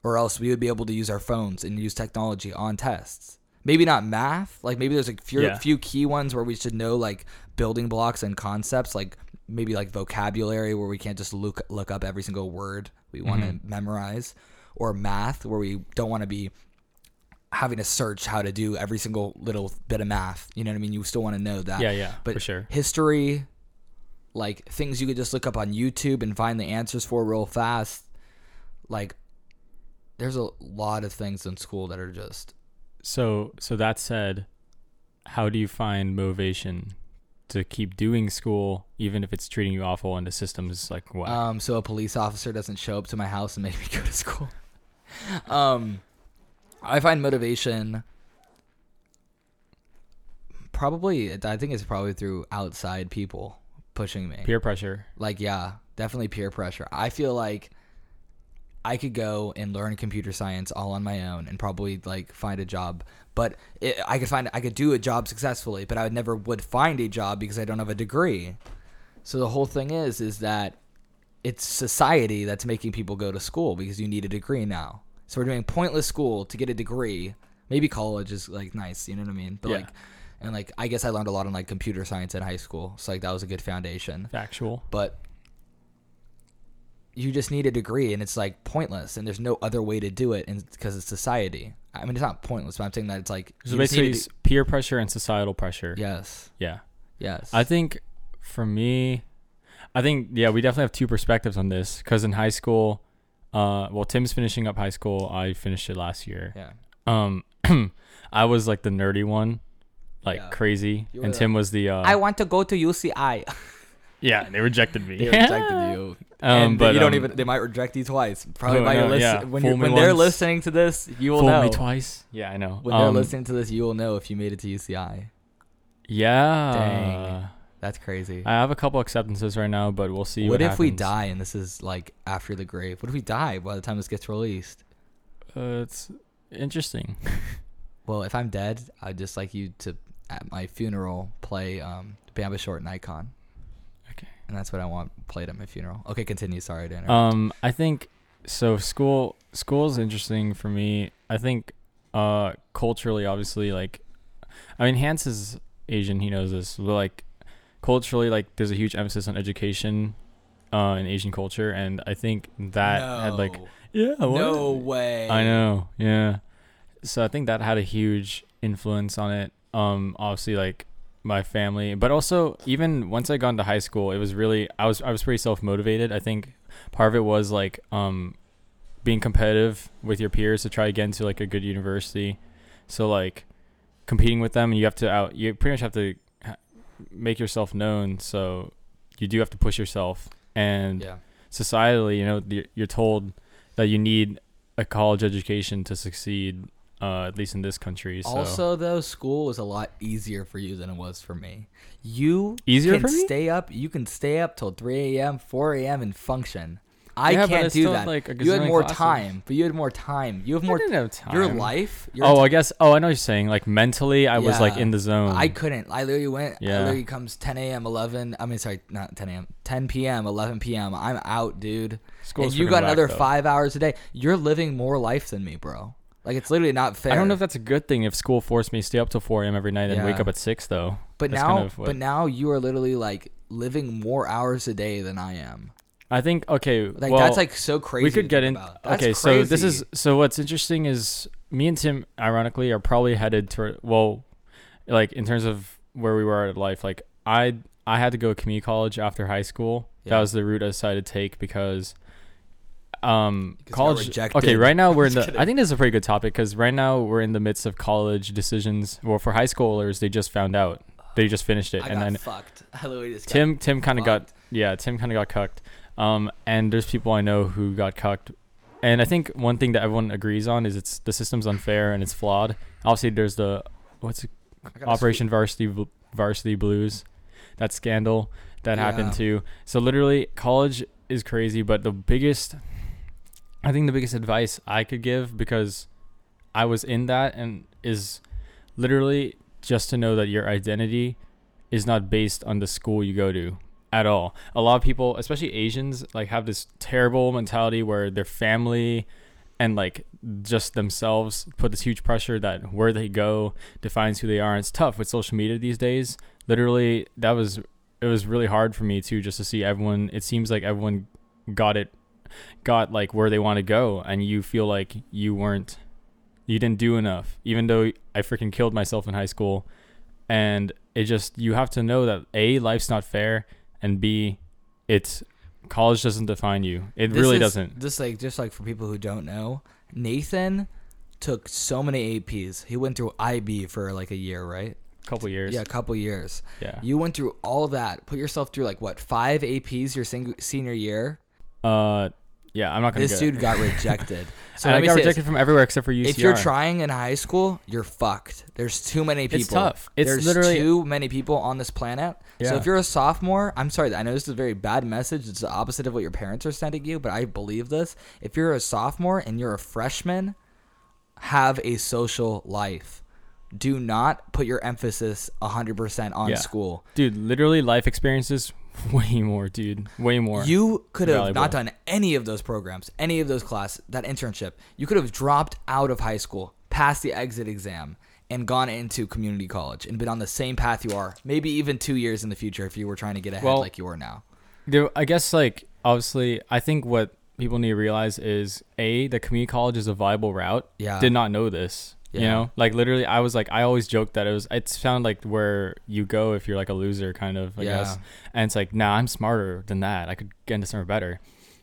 Speaker 2: or else we would be able to use our phones and use technology on tests. Maybe not math, like maybe there's a few,
Speaker 1: Yeah.
Speaker 2: few key ones where we should know like building blocks and concepts, like maybe like vocabulary where we can't just look look up every single word we want to memorize, or math where we don't want to be having to search how to do every single little bit of math. You know what I mean? You still want to know that.
Speaker 1: Yeah, yeah,
Speaker 2: but
Speaker 1: for sure.
Speaker 2: History, like things you could just look up on YouTube and find the answers for real fast. Like, there's a lot of things in school that are just
Speaker 1: So, so that said, how do you find motivation to keep doing school, even if it's treating you awful and the system is like wow?
Speaker 2: um. So a police officer doesn't show up to my house and make me go to school. um, I find motivation probably I think it's probably through outside people pushing me.
Speaker 1: Peer pressure.
Speaker 2: Like yeah, definitely peer pressure. I feel like I could go and learn computer science all on my own and probably like find a job. But it, I could find I could do a job successfully, but I would never would find a job because I don't have a degree. So the whole thing is is that it's society that's making people go to school because you need a degree now. So we're doing pointless school to get a degree. Maybe college is like nice, you know what I mean? But
Speaker 1: Yeah.
Speaker 2: like and like I guess I learned a lot on like computer science in high school. So like that was a good foundation
Speaker 1: Factual.
Speaker 2: but you just need a degree and it's like pointless and there's no other way to do it and because it's society i mean it's not pointless but i'm saying that it's like
Speaker 1: So
Speaker 2: you just
Speaker 1: basically,
Speaker 2: need to
Speaker 1: it's peer pressure and societal pressure.
Speaker 2: do- yes
Speaker 1: Yeah.
Speaker 2: yes
Speaker 1: I think for me, I think yeah, we definitely have two perspectives on this because in high school, uh, well, Tim's finishing up high school. I finished it last year.
Speaker 2: yeah
Speaker 1: Um, I was like the nerdy one, like
Speaker 2: Yeah.
Speaker 1: crazy,
Speaker 2: You were
Speaker 1: and
Speaker 2: the-
Speaker 1: Tim was the uh,
Speaker 2: i want to go to uci
Speaker 1: yeah. They rejected me.
Speaker 2: they rejected you
Speaker 1: Um, but
Speaker 2: you don't
Speaker 1: um,
Speaker 2: even they might reject you twice probably
Speaker 1: Oh,
Speaker 2: by
Speaker 1: no,
Speaker 2: your listen-
Speaker 1: yeah.
Speaker 2: when,
Speaker 1: Fool
Speaker 2: you
Speaker 1: me
Speaker 2: when they're
Speaker 1: once.
Speaker 2: listening to this you will
Speaker 1: fooled
Speaker 2: know
Speaker 1: me twice. Yeah, I know.
Speaker 2: when they're
Speaker 1: Um,
Speaker 2: listening to this you will know if you made it to uci
Speaker 1: yeah.
Speaker 2: Dang. that's crazy
Speaker 1: I have a couple acceptances right now, but we'll see.
Speaker 2: what,
Speaker 1: What,
Speaker 2: if we
Speaker 1: happens.
Speaker 2: die and this is like after the grave what if we die by the time this gets released
Speaker 1: Uh, it's interesting.
Speaker 2: Well, if I'm dead, I'd just like you to, at my funeral, play um, Bamba Short and Icon.
Speaker 1: Okay.
Speaker 2: And that's what I want played at my funeral. Okay, continue. Sorry, Danner.
Speaker 1: Um, I think so. School school is interesting for me. I think uh, culturally, obviously, like, I mean, Hans is Asian. He knows this. But like, culturally, like, there's a huge emphasis on education uh, in Asian culture, and I think that had like, yeah,
Speaker 2: no way.
Speaker 1: I know. Yeah. So I think that had a huge influence on it. Um, obviously like my family, but also even once I got into high school, it was really I was I was pretty self motivated. I think part of it was like um being competitive with your peers to try to get into like a good university. So like competing with them, and you have to out you pretty much have to ha- make yourself known. So you do have to push yourself and
Speaker 2: Yeah.
Speaker 1: societally, you know, you're- you're told that you need a college education to succeed, uh, at least in this country. So
Speaker 2: Also, though, school was a lot easier for you than it was for me. You
Speaker 1: Easier
Speaker 2: can
Speaker 1: for me?
Speaker 2: stay up. You can stay up till 3 a.m., 4 a.m. and function. I
Speaker 1: Yeah, but I
Speaker 2: can't do
Speaker 1: still
Speaker 2: that.
Speaker 1: had, like, a
Speaker 2: you had
Speaker 1: gazillion
Speaker 2: more
Speaker 1: classes.
Speaker 2: time, but you had more time. You have more.
Speaker 1: didn't have time.
Speaker 2: Your life. Your
Speaker 1: oh, I guess. Oh, I know what you're saying. Like mentally, I was like
Speaker 2: Yeah.
Speaker 1: in the zone.
Speaker 2: I couldn't. I literally went. I
Speaker 1: Yeah.
Speaker 2: literally comes 10 a.m. 11. I mean, sorry, not 10 a.m. 10 p.m. 11 p.m. I'm out, dude.
Speaker 1: School's
Speaker 2: and you
Speaker 1: freaking
Speaker 2: got
Speaker 1: whack,
Speaker 2: another
Speaker 1: though.
Speaker 2: five hours a day. You're living more life than me, bro. Like it's literally not fair.
Speaker 1: I don't know if that's a good thing. If school forced me to stay up till 4 a.m. every night and wake
Speaker 2: Yeah.
Speaker 1: up at six, though.
Speaker 2: but
Speaker 1: That's
Speaker 2: now,
Speaker 1: kind of what-
Speaker 2: but now you are literally like living more hours a day than I am.
Speaker 1: I think okay.
Speaker 2: Like
Speaker 1: well,
Speaker 2: that's like so crazy.
Speaker 1: we
Speaker 2: to
Speaker 1: could get
Speaker 2: think
Speaker 1: in.
Speaker 2: about. That's
Speaker 1: Okay, so this
Speaker 2: crazy.
Speaker 1: is so what's interesting is me and Tim, ironically, are probably headed to well, like in terms of where we were at life. Like I, I had to go to community college after high school.
Speaker 2: Yeah.
Speaker 1: That was the route I decided to take because, um,
Speaker 2: got
Speaker 1: college.
Speaker 2: rejected.
Speaker 1: Okay, right now we're in the. I think this is a pretty good topic because right now we're in the midst of college decisions. Well, for high schoolers, they just found out. They just finished it,
Speaker 2: I
Speaker 1: and
Speaker 2: got
Speaker 1: then
Speaker 2: fucked. I literally just got-
Speaker 1: Tim Tim kind of got
Speaker 2: fucked.
Speaker 1: yeah Tim kind of got cucked. Um, and there's people I know who got cucked, and I think one thing that everyone agrees on is it's the system's unfair and it's flawed. Obviously, there's the what's it,
Speaker 2: I got a
Speaker 1: Operation Varsity Bl- Varsity Blues, that scandal that happened
Speaker 2: Yeah.
Speaker 1: too. So literally, college is crazy. But the biggest, I think, the biggest advice I could give because I was in that and is literally just to know that your identity is not based on the school you go to at all. A lot of people, especially Asians, like have this terrible mentality where their family and like just themselves put this huge pressure that where they go defines who they are. And it's tough with social media these days. Literally, that was it was really hard for me too, just to see everyone. It seems like everyone got it, got like where they want to go, and you feel like you weren't, you didn't do enough, even though I freaking killed myself in high school. And it just you have to know that a life's not fair, and b, it's college doesn't define you. It
Speaker 2: This
Speaker 1: really
Speaker 2: is-
Speaker 1: doesn't.
Speaker 2: Just like just like for people who don't know, Nathan took so many APs. He went through IB for like a year, right?
Speaker 1: couple years.
Speaker 2: Yeah, a couple years.
Speaker 1: Yeah.
Speaker 2: You went through all that. Put yourself through like what five APs your sing- senior year?
Speaker 1: uh, Yeah, I'm not gonna.
Speaker 2: This
Speaker 1: get it.
Speaker 2: dude got rejected. So
Speaker 1: And
Speaker 2: let
Speaker 1: I
Speaker 2: me
Speaker 1: got
Speaker 2: say this.
Speaker 1: rejected from everywhere except for UCR.
Speaker 2: If you're trying in high school, you're fucked. There's too many people.
Speaker 1: It's tough. It's
Speaker 2: There's
Speaker 1: literally-
Speaker 2: too many people on this planet. So
Speaker 1: Yeah.
Speaker 2: if you're a sophomore, I'm sorry. I know this is a very bad message. It's the opposite of what your parents are sending you, but I believe this. If you're a sophomore and you're a freshman, have a social life. Do not put your emphasis 100% on
Speaker 1: Yeah.
Speaker 2: school.
Speaker 1: dude, literally life experiences way more, dude, way more.
Speaker 2: You could have
Speaker 1: valuable.
Speaker 2: not done any of those programs, any of those classes, that internship. You could have dropped out of high school, passed the exit exam, and gone into community college and been on the same path you are, maybe even two years in the future if you were trying to get ahead
Speaker 1: Well-
Speaker 2: like you are now.
Speaker 1: There, I guess like obviously, I think what people need to realize is a the community college is a viable route.
Speaker 2: Yeah.
Speaker 1: did not know this. You
Speaker 2: Yeah.
Speaker 1: know, like literally, I was like, I always joked that it was. It sounded like where you go if you're like a loser, kind of. I
Speaker 2: Yeah.
Speaker 1: guess. And it's like, nah, I'm smarter than that. I could get into somewhere better.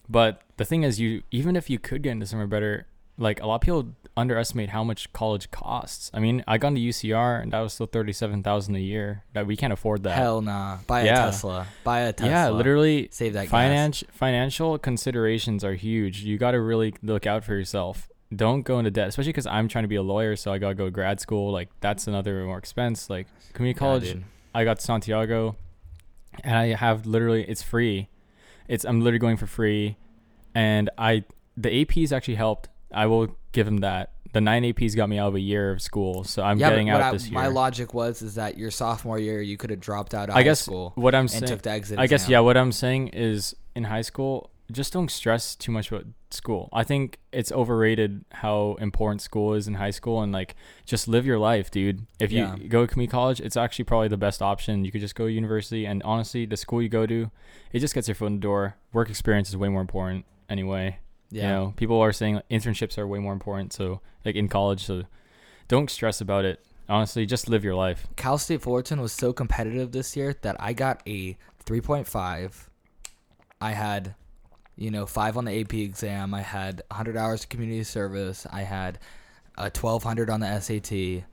Speaker 1: But the thing is, you even if you could get into somewhere better, like a lot of people underestimate how much college costs. I mean, I got into UCR and that was still thirty seven thousand a year. That we can't afford that.
Speaker 2: Hell nah. Buy a
Speaker 1: Yeah.
Speaker 2: Tesla. Buy a Tesla.
Speaker 1: Yeah, literally.
Speaker 2: Save that gas.
Speaker 1: Finance, financial considerations are huge. You got to really look out for yourself. Don't go into debt, especially because I'm trying to be a lawyer, so I gotta go to grad school. Like that's another more expense. Like community college,
Speaker 2: dude.
Speaker 1: I got to Santiago, and I have literally it's free. It's I'm literally going for free, and I the APs actually helped. I will give him that. The nine APs got me out of a year of school, so I'm
Speaker 2: Yeah, but
Speaker 1: getting
Speaker 2: what
Speaker 1: out
Speaker 2: I,
Speaker 1: this year.
Speaker 2: my logic was is that your sophomore year you could have dropped out of
Speaker 1: I
Speaker 2: high
Speaker 1: guess
Speaker 2: school.
Speaker 1: what I'm
Speaker 2: and
Speaker 1: saying.
Speaker 2: took the exit
Speaker 1: I guess
Speaker 2: exam.
Speaker 1: yeah. What I'm saying is in high school, just don't stress too much about school. I think it's overrated how important school is in high school, and like just live your life, dude. If you
Speaker 2: Yeah.
Speaker 1: go to community college, it's actually probably the best option. You could just go to university, and honestly, the school you go to, it just gets your foot in the door. Work experience is way more important anyway.
Speaker 2: Yeah.
Speaker 1: You know, people are saying like, internships are way more important. So like in college, so don't stress about it. Honestly, just live your life.
Speaker 2: Cal State Fullerton was so competitive this year that I got a 3.5. I had, you know, five on the AP exam. I had 100 hours of community service. I had a 1200 on the SAT. And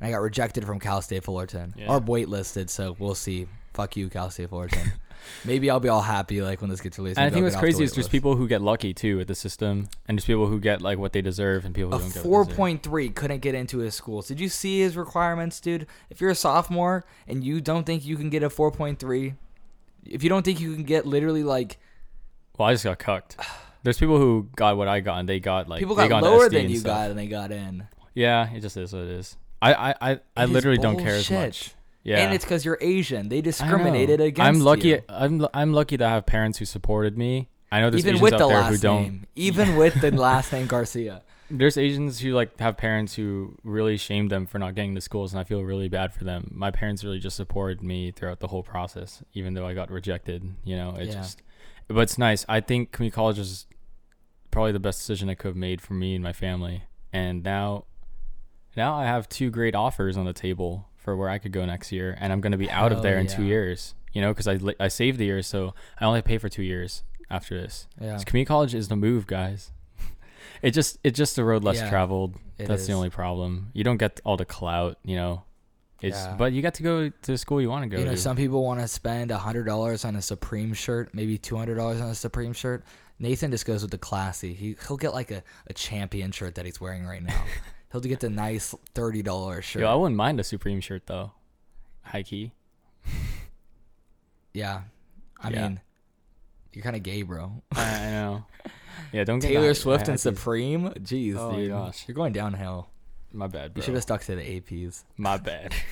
Speaker 2: I got rejected from Cal State Fullerton
Speaker 1: Yeah.
Speaker 2: or waitlisted. So we'll see. Fuck you, Cal State Fullerton. Maybe I'll be all happy like when this gets released.
Speaker 1: And I
Speaker 2: maybe
Speaker 1: think
Speaker 2: I'll
Speaker 1: what's
Speaker 2: get off the
Speaker 1: crazy is
Speaker 2: wait
Speaker 1: there's
Speaker 2: list.
Speaker 1: people who get lucky too with the system, and there's people who get like what they deserve, and people who
Speaker 2: A
Speaker 1: don't get what they deserve.
Speaker 2: 4.3 couldn't get into his schools. Did you see his requirements, dude? If you're a sophomore and you don't think you can get a 4.3, if you don't think you can get literally like
Speaker 1: Well, I just got cucked. There's people who got what I got, and they got like
Speaker 2: people
Speaker 1: they
Speaker 2: got
Speaker 1: got
Speaker 2: lower
Speaker 1: SD
Speaker 2: than
Speaker 1: and
Speaker 2: you
Speaker 1: stuff.
Speaker 2: got and they got in.
Speaker 1: Yeah, it just is what it is. I I I, I
Speaker 2: It is
Speaker 1: literally don't care as
Speaker 2: bullshit.
Speaker 1: much. Yeah,
Speaker 2: And it's because you're Asian. They
Speaker 1: I know.
Speaker 2: discriminated against
Speaker 1: I'm lucky.
Speaker 2: you.
Speaker 1: I'm lu- I'm lucky to have parents who supported me. I know there's
Speaker 2: Even
Speaker 1: Asians
Speaker 2: with
Speaker 1: out
Speaker 2: the
Speaker 1: there
Speaker 2: last
Speaker 1: who don't.
Speaker 2: name. Even with the last name Garcia.
Speaker 1: There's Asians who like have parents who really shame them for not getting to schools, and I feel really bad for them. My parents really just supported me throughout the whole process, even though I got rejected. You know, it
Speaker 2: Yeah.
Speaker 1: just, but it's nice. I think community college was probably the best decision I could have made for me and my family. And now, now I have two great offers on the table for where I could go next year, and I'm going to be out
Speaker 2: Hell
Speaker 1: of there in two
Speaker 2: yeah.
Speaker 1: years. You know, because I li- I saved the year, so I only pay for two years after this.
Speaker 2: Yeah.
Speaker 1: So community college is the move, guys. It just it's just the road less
Speaker 2: Yeah,
Speaker 1: traveled.
Speaker 2: it
Speaker 1: That's the
Speaker 2: is.
Speaker 1: only problem. You don't get all the clout, you know. It's
Speaker 2: Yeah.
Speaker 1: but you got to go to the school you want to go
Speaker 2: You know,
Speaker 1: to.
Speaker 2: some people want to spend hundred dollars on a Supreme shirt, maybe two hundred dollars on a Supreme shirt. Nathan just goes with the classy. He he'll get like a, a champion shirt that he's wearing right now. he'll get the nice thirty dollars shirt.
Speaker 1: Yo, I wouldn't mind a Supreme shirt though. High key.
Speaker 2: yeah, I
Speaker 1: Yeah.
Speaker 2: mean, you're kind of gay, bro.
Speaker 1: I, I know. Yeah, don't get the high-
Speaker 2: Taylor Swift
Speaker 1: high
Speaker 2: and
Speaker 1: high keys.
Speaker 2: Supreme. Jeez,
Speaker 1: Oh my
Speaker 2: dude,
Speaker 1: gosh.
Speaker 2: you're going downhill.
Speaker 1: My bad,
Speaker 2: You
Speaker 1: bro.
Speaker 2: should have stuck to the APs.
Speaker 1: My bad.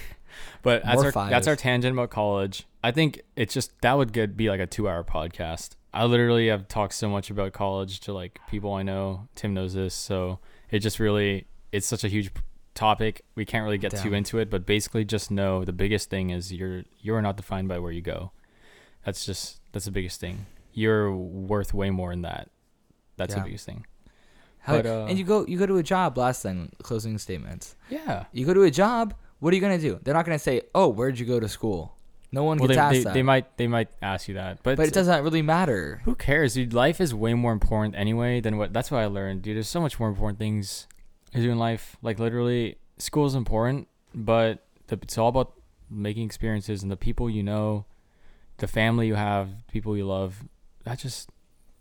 Speaker 1: But that's
Speaker 2: More
Speaker 1: our, that's our
Speaker 2: fives.
Speaker 1: tangent about college. I think it's just that would good be like a two hour podcast. I literally have talked so much about college to like people I know. Tim knows this, so it just really it's such a huge p- topic. We can't really get too
Speaker 2: Damn.
Speaker 1: into it, but basically just know the biggest thing is you're you're not defined by where you go. That's just that's the biggest thing. You're worth way more than that. That's
Speaker 2: Yeah.
Speaker 1: the biggest thing.
Speaker 2: How,
Speaker 1: But, uh,
Speaker 2: and you go you go to a job. Last thing, closing statements.
Speaker 1: Yeah.
Speaker 2: You go to a job. What are you gonna do? They're not gonna say, "Oh, where'd you go to school?" No one
Speaker 1: Well,
Speaker 2: gets asked
Speaker 1: they, they,
Speaker 2: that.
Speaker 1: they might they might ask you that, but,
Speaker 2: but it doesn't really matter.
Speaker 1: Who cares, dude? Life is way more important anyway than what. That's what I learned, dude. There's so much more important things to do in life. Like literally, school's important, but the, it's all about making experiences and the people you know, the family you have, people you love. That just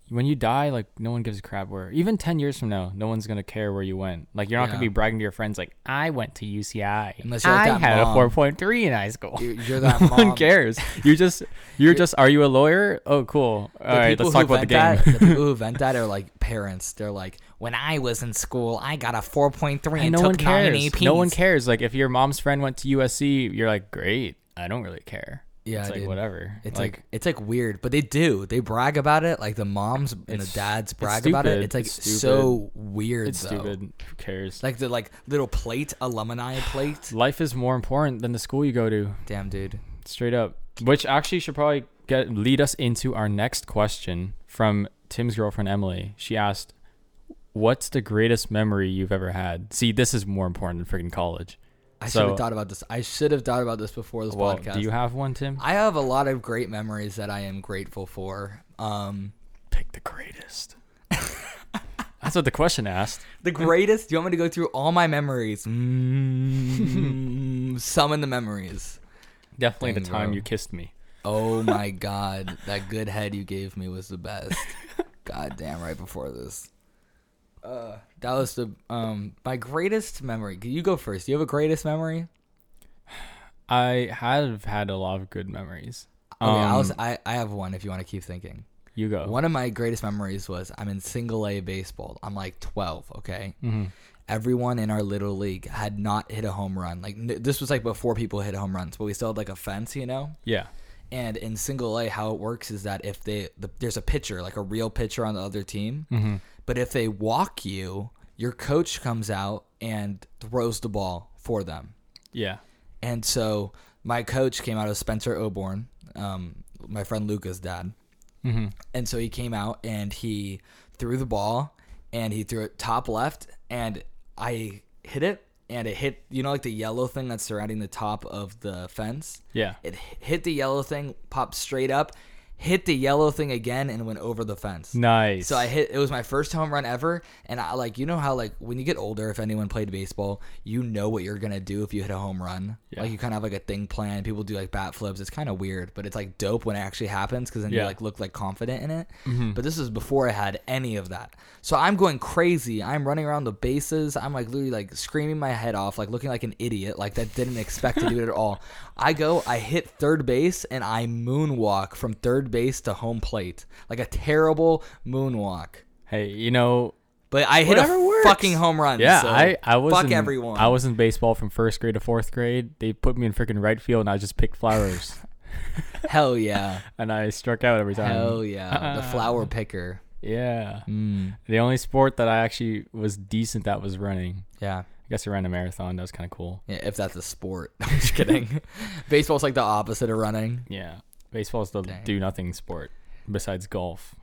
Speaker 1: when you die, like no one gives a crap where. Even ten years from now, no one's gonna care where you went. Like you're not
Speaker 2: Yeah.
Speaker 1: gonna be bragging to your friends like I went to UCI.
Speaker 2: Unless you're like
Speaker 1: I
Speaker 2: that
Speaker 1: had
Speaker 2: mom.
Speaker 1: a four point three in high school.
Speaker 2: You're, you're that
Speaker 1: no one
Speaker 2: mom.
Speaker 1: cares. You just you're just. Are you a lawyer? Oh, cool. All
Speaker 2: The
Speaker 1: right,
Speaker 2: people
Speaker 1: let's talk
Speaker 2: who
Speaker 1: about
Speaker 2: vent
Speaker 1: the game.
Speaker 2: That, the people who vent that are like parents. They're like, when I was in school, I got a 4.3 and,
Speaker 1: no
Speaker 2: took
Speaker 1: one
Speaker 2: nine
Speaker 1: cares.
Speaker 2: APs.
Speaker 1: No one cares. Like if your mom's friend went to USC, you're like, great. I don't really care.
Speaker 2: Yeah,
Speaker 1: it's like
Speaker 2: dude.
Speaker 1: whatever.
Speaker 2: It's like, it's like weird, but they do. They brag about it. Like the moms and the dads brag about it.
Speaker 1: stupid.
Speaker 2: It's like
Speaker 1: It's
Speaker 2: so weird.
Speaker 1: it's
Speaker 2: though.
Speaker 1: stupid. Who cares?
Speaker 2: Like the like little plate, alumni plate.
Speaker 1: Life is more important than the school you go to.
Speaker 2: Damn, dude.
Speaker 1: Straight up. Which actually should probably get lead us into our next question from Tim's girlfriend Emily. She asked, "What's the greatest memory you've ever had?" See, this is more important than freaking college.
Speaker 2: I
Speaker 1: So-
Speaker 2: should have thought about this. I should have thought about this before this
Speaker 1: Well,
Speaker 2: podcast.
Speaker 1: do you have one, Tim?
Speaker 2: I have a lot of great memories that I am grateful for. Um,
Speaker 1: Pick the greatest. That's what the question asked.
Speaker 2: the greatest. do you want me to go through all my memories? Mm, summon the memories.
Speaker 1: Definitely the
Speaker 2: Dang,
Speaker 1: time
Speaker 2: bro.
Speaker 1: you kissed me.
Speaker 2: Oh my god, that good head you gave me was the best. god damn, right before this. Uh, that was the um my greatest memory. You go first. Do you have a greatest memory?
Speaker 1: I have had a lot of good memories.
Speaker 2: Okay,
Speaker 1: Um,
Speaker 2: I'll, s- I I have one. If you want to keep thinking.
Speaker 1: you go.
Speaker 2: One of my greatest memories was I'm in single A baseball. I'm like 12, okay? Everyone in our little league had not hit a home run. Like, n- this was like before people hit home runs, but we still had like a fence, you know?
Speaker 1: Yeah.
Speaker 2: And in single A, how it works is that if they, the, there's a pitcher, like a real pitcher on the other team, but if they walk you, your coach comes out and throws the ball for them.
Speaker 1: Yeah.
Speaker 2: And so my coach came out of Spencer Oborn, um, my friend Luca's dad. Mm-hmm. And so he came out and he threw the ball and he threw it top left and I hit it and it hit you know like the yellow thing that's surrounding the top of the fence.
Speaker 1: Yeah.
Speaker 2: It h- hit the yellow thing, popped straight up, hit the yellow thing again and went over the fence.
Speaker 1: Nice.
Speaker 2: So I hit. It was my first home run ever, and I like you know how like when you get older, if anyone played baseball, you know what you're gonna do if you hit a home run.
Speaker 1: Yeah.
Speaker 2: Like you kind of have like a thing planned. People do like bat flips. It's kind of weird, but it's like dope when it actually happens because then you
Speaker 1: Yeah. Mm-hmm.
Speaker 2: like look like confident in it. But this is before I had any of that. So I'm going crazy. I'm running around the bases. I'm like literally like screaming my head off, like looking like an idiot, like that didn't expect to do it at all. I go, I hit third base, and I moonwalk from third base to home plate, like a terrible moonwalk.
Speaker 1: hey, you know,
Speaker 2: But I hit a
Speaker 1: Whatever works.
Speaker 2: fucking home run.
Speaker 1: yeah,
Speaker 2: so
Speaker 1: I I was
Speaker 2: fuck
Speaker 1: in,
Speaker 2: everyone.
Speaker 1: I was in baseball from first grade to fourth grade. They put me in freaking right field, and I just picked flowers,
Speaker 2: hell yeah,
Speaker 1: and I struck out every time.
Speaker 2: hell yeah, the flower picker. Mm,
Speaker 1: Yeah. The only sport that I actually was decent at was running.
Speaker 2: Yeah.
Speaker 1: I guess I ran a marathon. That was kind of cool.
Speaker 2: Yeah, if that's a sport. I'm just kidding. Baseball's like the opposite of running.
Speaker 1: Yeah. Baseball's the do nothing sport besides golf.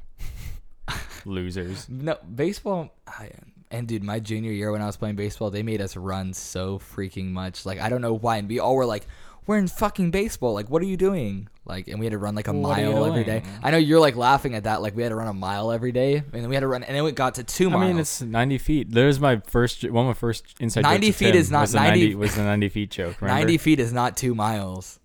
Speaker 1: Losers.
Speaker 2: No, baseball. I, and dude, my junior year when I was playing baseball, they made us run so freaking much. Like I don't know why, and we all were like, "We're in fucking baseball. Like, what are you doing?" Like, and we had to run like a
Speaker 1: What are you
Speaker 2: mile every day.
Speaker 1: doing?
Speaker 2: I know you're like laughing at that. Like, we had to run a mile every day, and then we had to run, and then it got to two miles.
Speaker 1: I mean, it's 90 feet. There's my first, one of my first inside
Speaker 2: 90
Speaker 1: jokes with
Speaker 2: feet
Speaker 1: Tim
Speaker 2: is not
Speaker 1: was the
Speaker 2: 90
Speaker 1: was the 90 feet joke, remember?
Speaker 2: 90 feet is not two miles.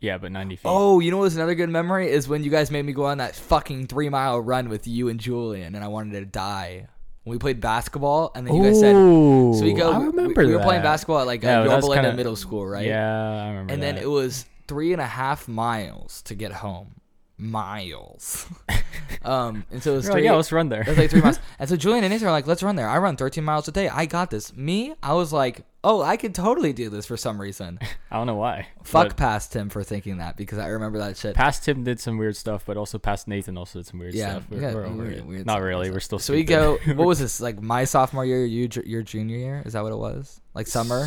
Speaker 1: Yeah, but 90 feet.
Speaker 2: Oh, you know what's another good memory is when you guys made me go on that fucking three mile run with you and Julian, and I wanted to die. When we played basketball, and then you guys said,
Speaker 1: Ooh,
Speaker 2: "So we go."
Speaker 1: I
Speaker 2: we-
Speaker 1: remember
Speaker 2: we, were playing
Speaker 1: that.
Speaker 2: basketball at like
Speaker 1: Yeah,
Speaker 2: uh,
Speaker 1: but that's
Speaker 2: Yorba Linda
Speaker 1: kinda-
Speaker 2: Middle School, right?
Speaker 1: Yeah, I remember.
Speaker 2: And then
Speaker 1: that.
Speaker 2: it was three and a half miles to get home. Miles. um, and so it was
Speaker 1: We're
Speaker 2: three.
Speaker 1: like, yeah, let's run there.
Speaker 2: It was like three miles. And so Julian and Nathan are like, let's run there. I run 13 miles a day. I got this. Me, I was like, oh, I could totally do this for some reason.
Speaker 1: I don't know why.
Speaker 2: Fuck
Speaker 1: but
Speaker 2: past him for thinking that because I remember that shit.
Speaker 1: past Tim did some weird stuff, but also past Nathan also did some weird
Speaker 2: Yeah,
Speaker 1: stuff. We're,
Speaker 2: yeah,
Speaker 1: we're over
Speaker 2: weird-
Speaker 1: it.
Speaker 2: weird
Speaker 1: Not
Speaker 2: stuff,
Speaker 1: really. We're still.
Speaker 2: So we
Speaker 1: stupid.
Speaker 2: go. What was this? Like my sophomore year, you ju- your junior year? Is that what it was? Like summer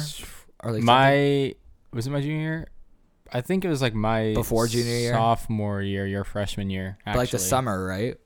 Speaker 2: or like something?
Speaker 1: my was it my junior year? I think it was like my
Speaker 2: Before junior year?
Speaker 1: sophomore year, your freshman year.
Speaker 2: But,
Speaker 1: Actually.
Speaker 2: like the summer, right?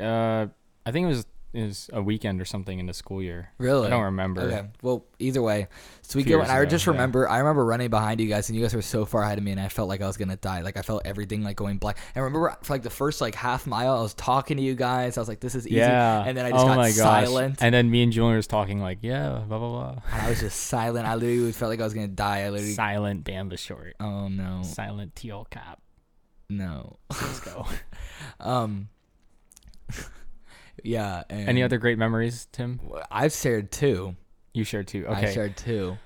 Speaker 1: Uh, I think it was it was a weekend or something in the school year.
Speaker 2: Really?
Speaker 1: I don't remember.
Speaker 2: Okay. Well, either way, so we
Speaker 1: Few
Speaker 2: go, and
Speaker 1: years
Speaker 2: I
Speaker 1: ago,
Speaker 2: just
Speaker 1: yeah.
Speaker 2: remember, I remember running behind you guys, and you guys were so far ahead of me, and I felt like I was gonna die. Like I felt everything like going black. And I remember for like the first like half mile, I was talking to you guys. I was like, "This is easy,"
Speaker 1: Yeah.
Speaker 2: and then I just
Speaker 1: oh
Speaker 2: got
Speaker 1: my gosh.
Speaker 2: silent. And-
Speaker 1: And then me and Julian was talking like, yeah, blah blah blah.
Speaker 2: I was just silent. I literally felt like I was gonna die. I literally.
Speaker 1: Silent Bamba short.
Speaker 2: oh no,
Speaker 1: Silent teal cop.
Speaker 2: no.
Speaker 1: Let's go.
Speaker 2: Um, yeah. And
Speaker 1: Any other great memories, Tim?
Speaker 2: I've shared two.
Speaker 1: You shared too.
Speaker 2: I
Speaker 1: Okay.
Speaker 2: shared two.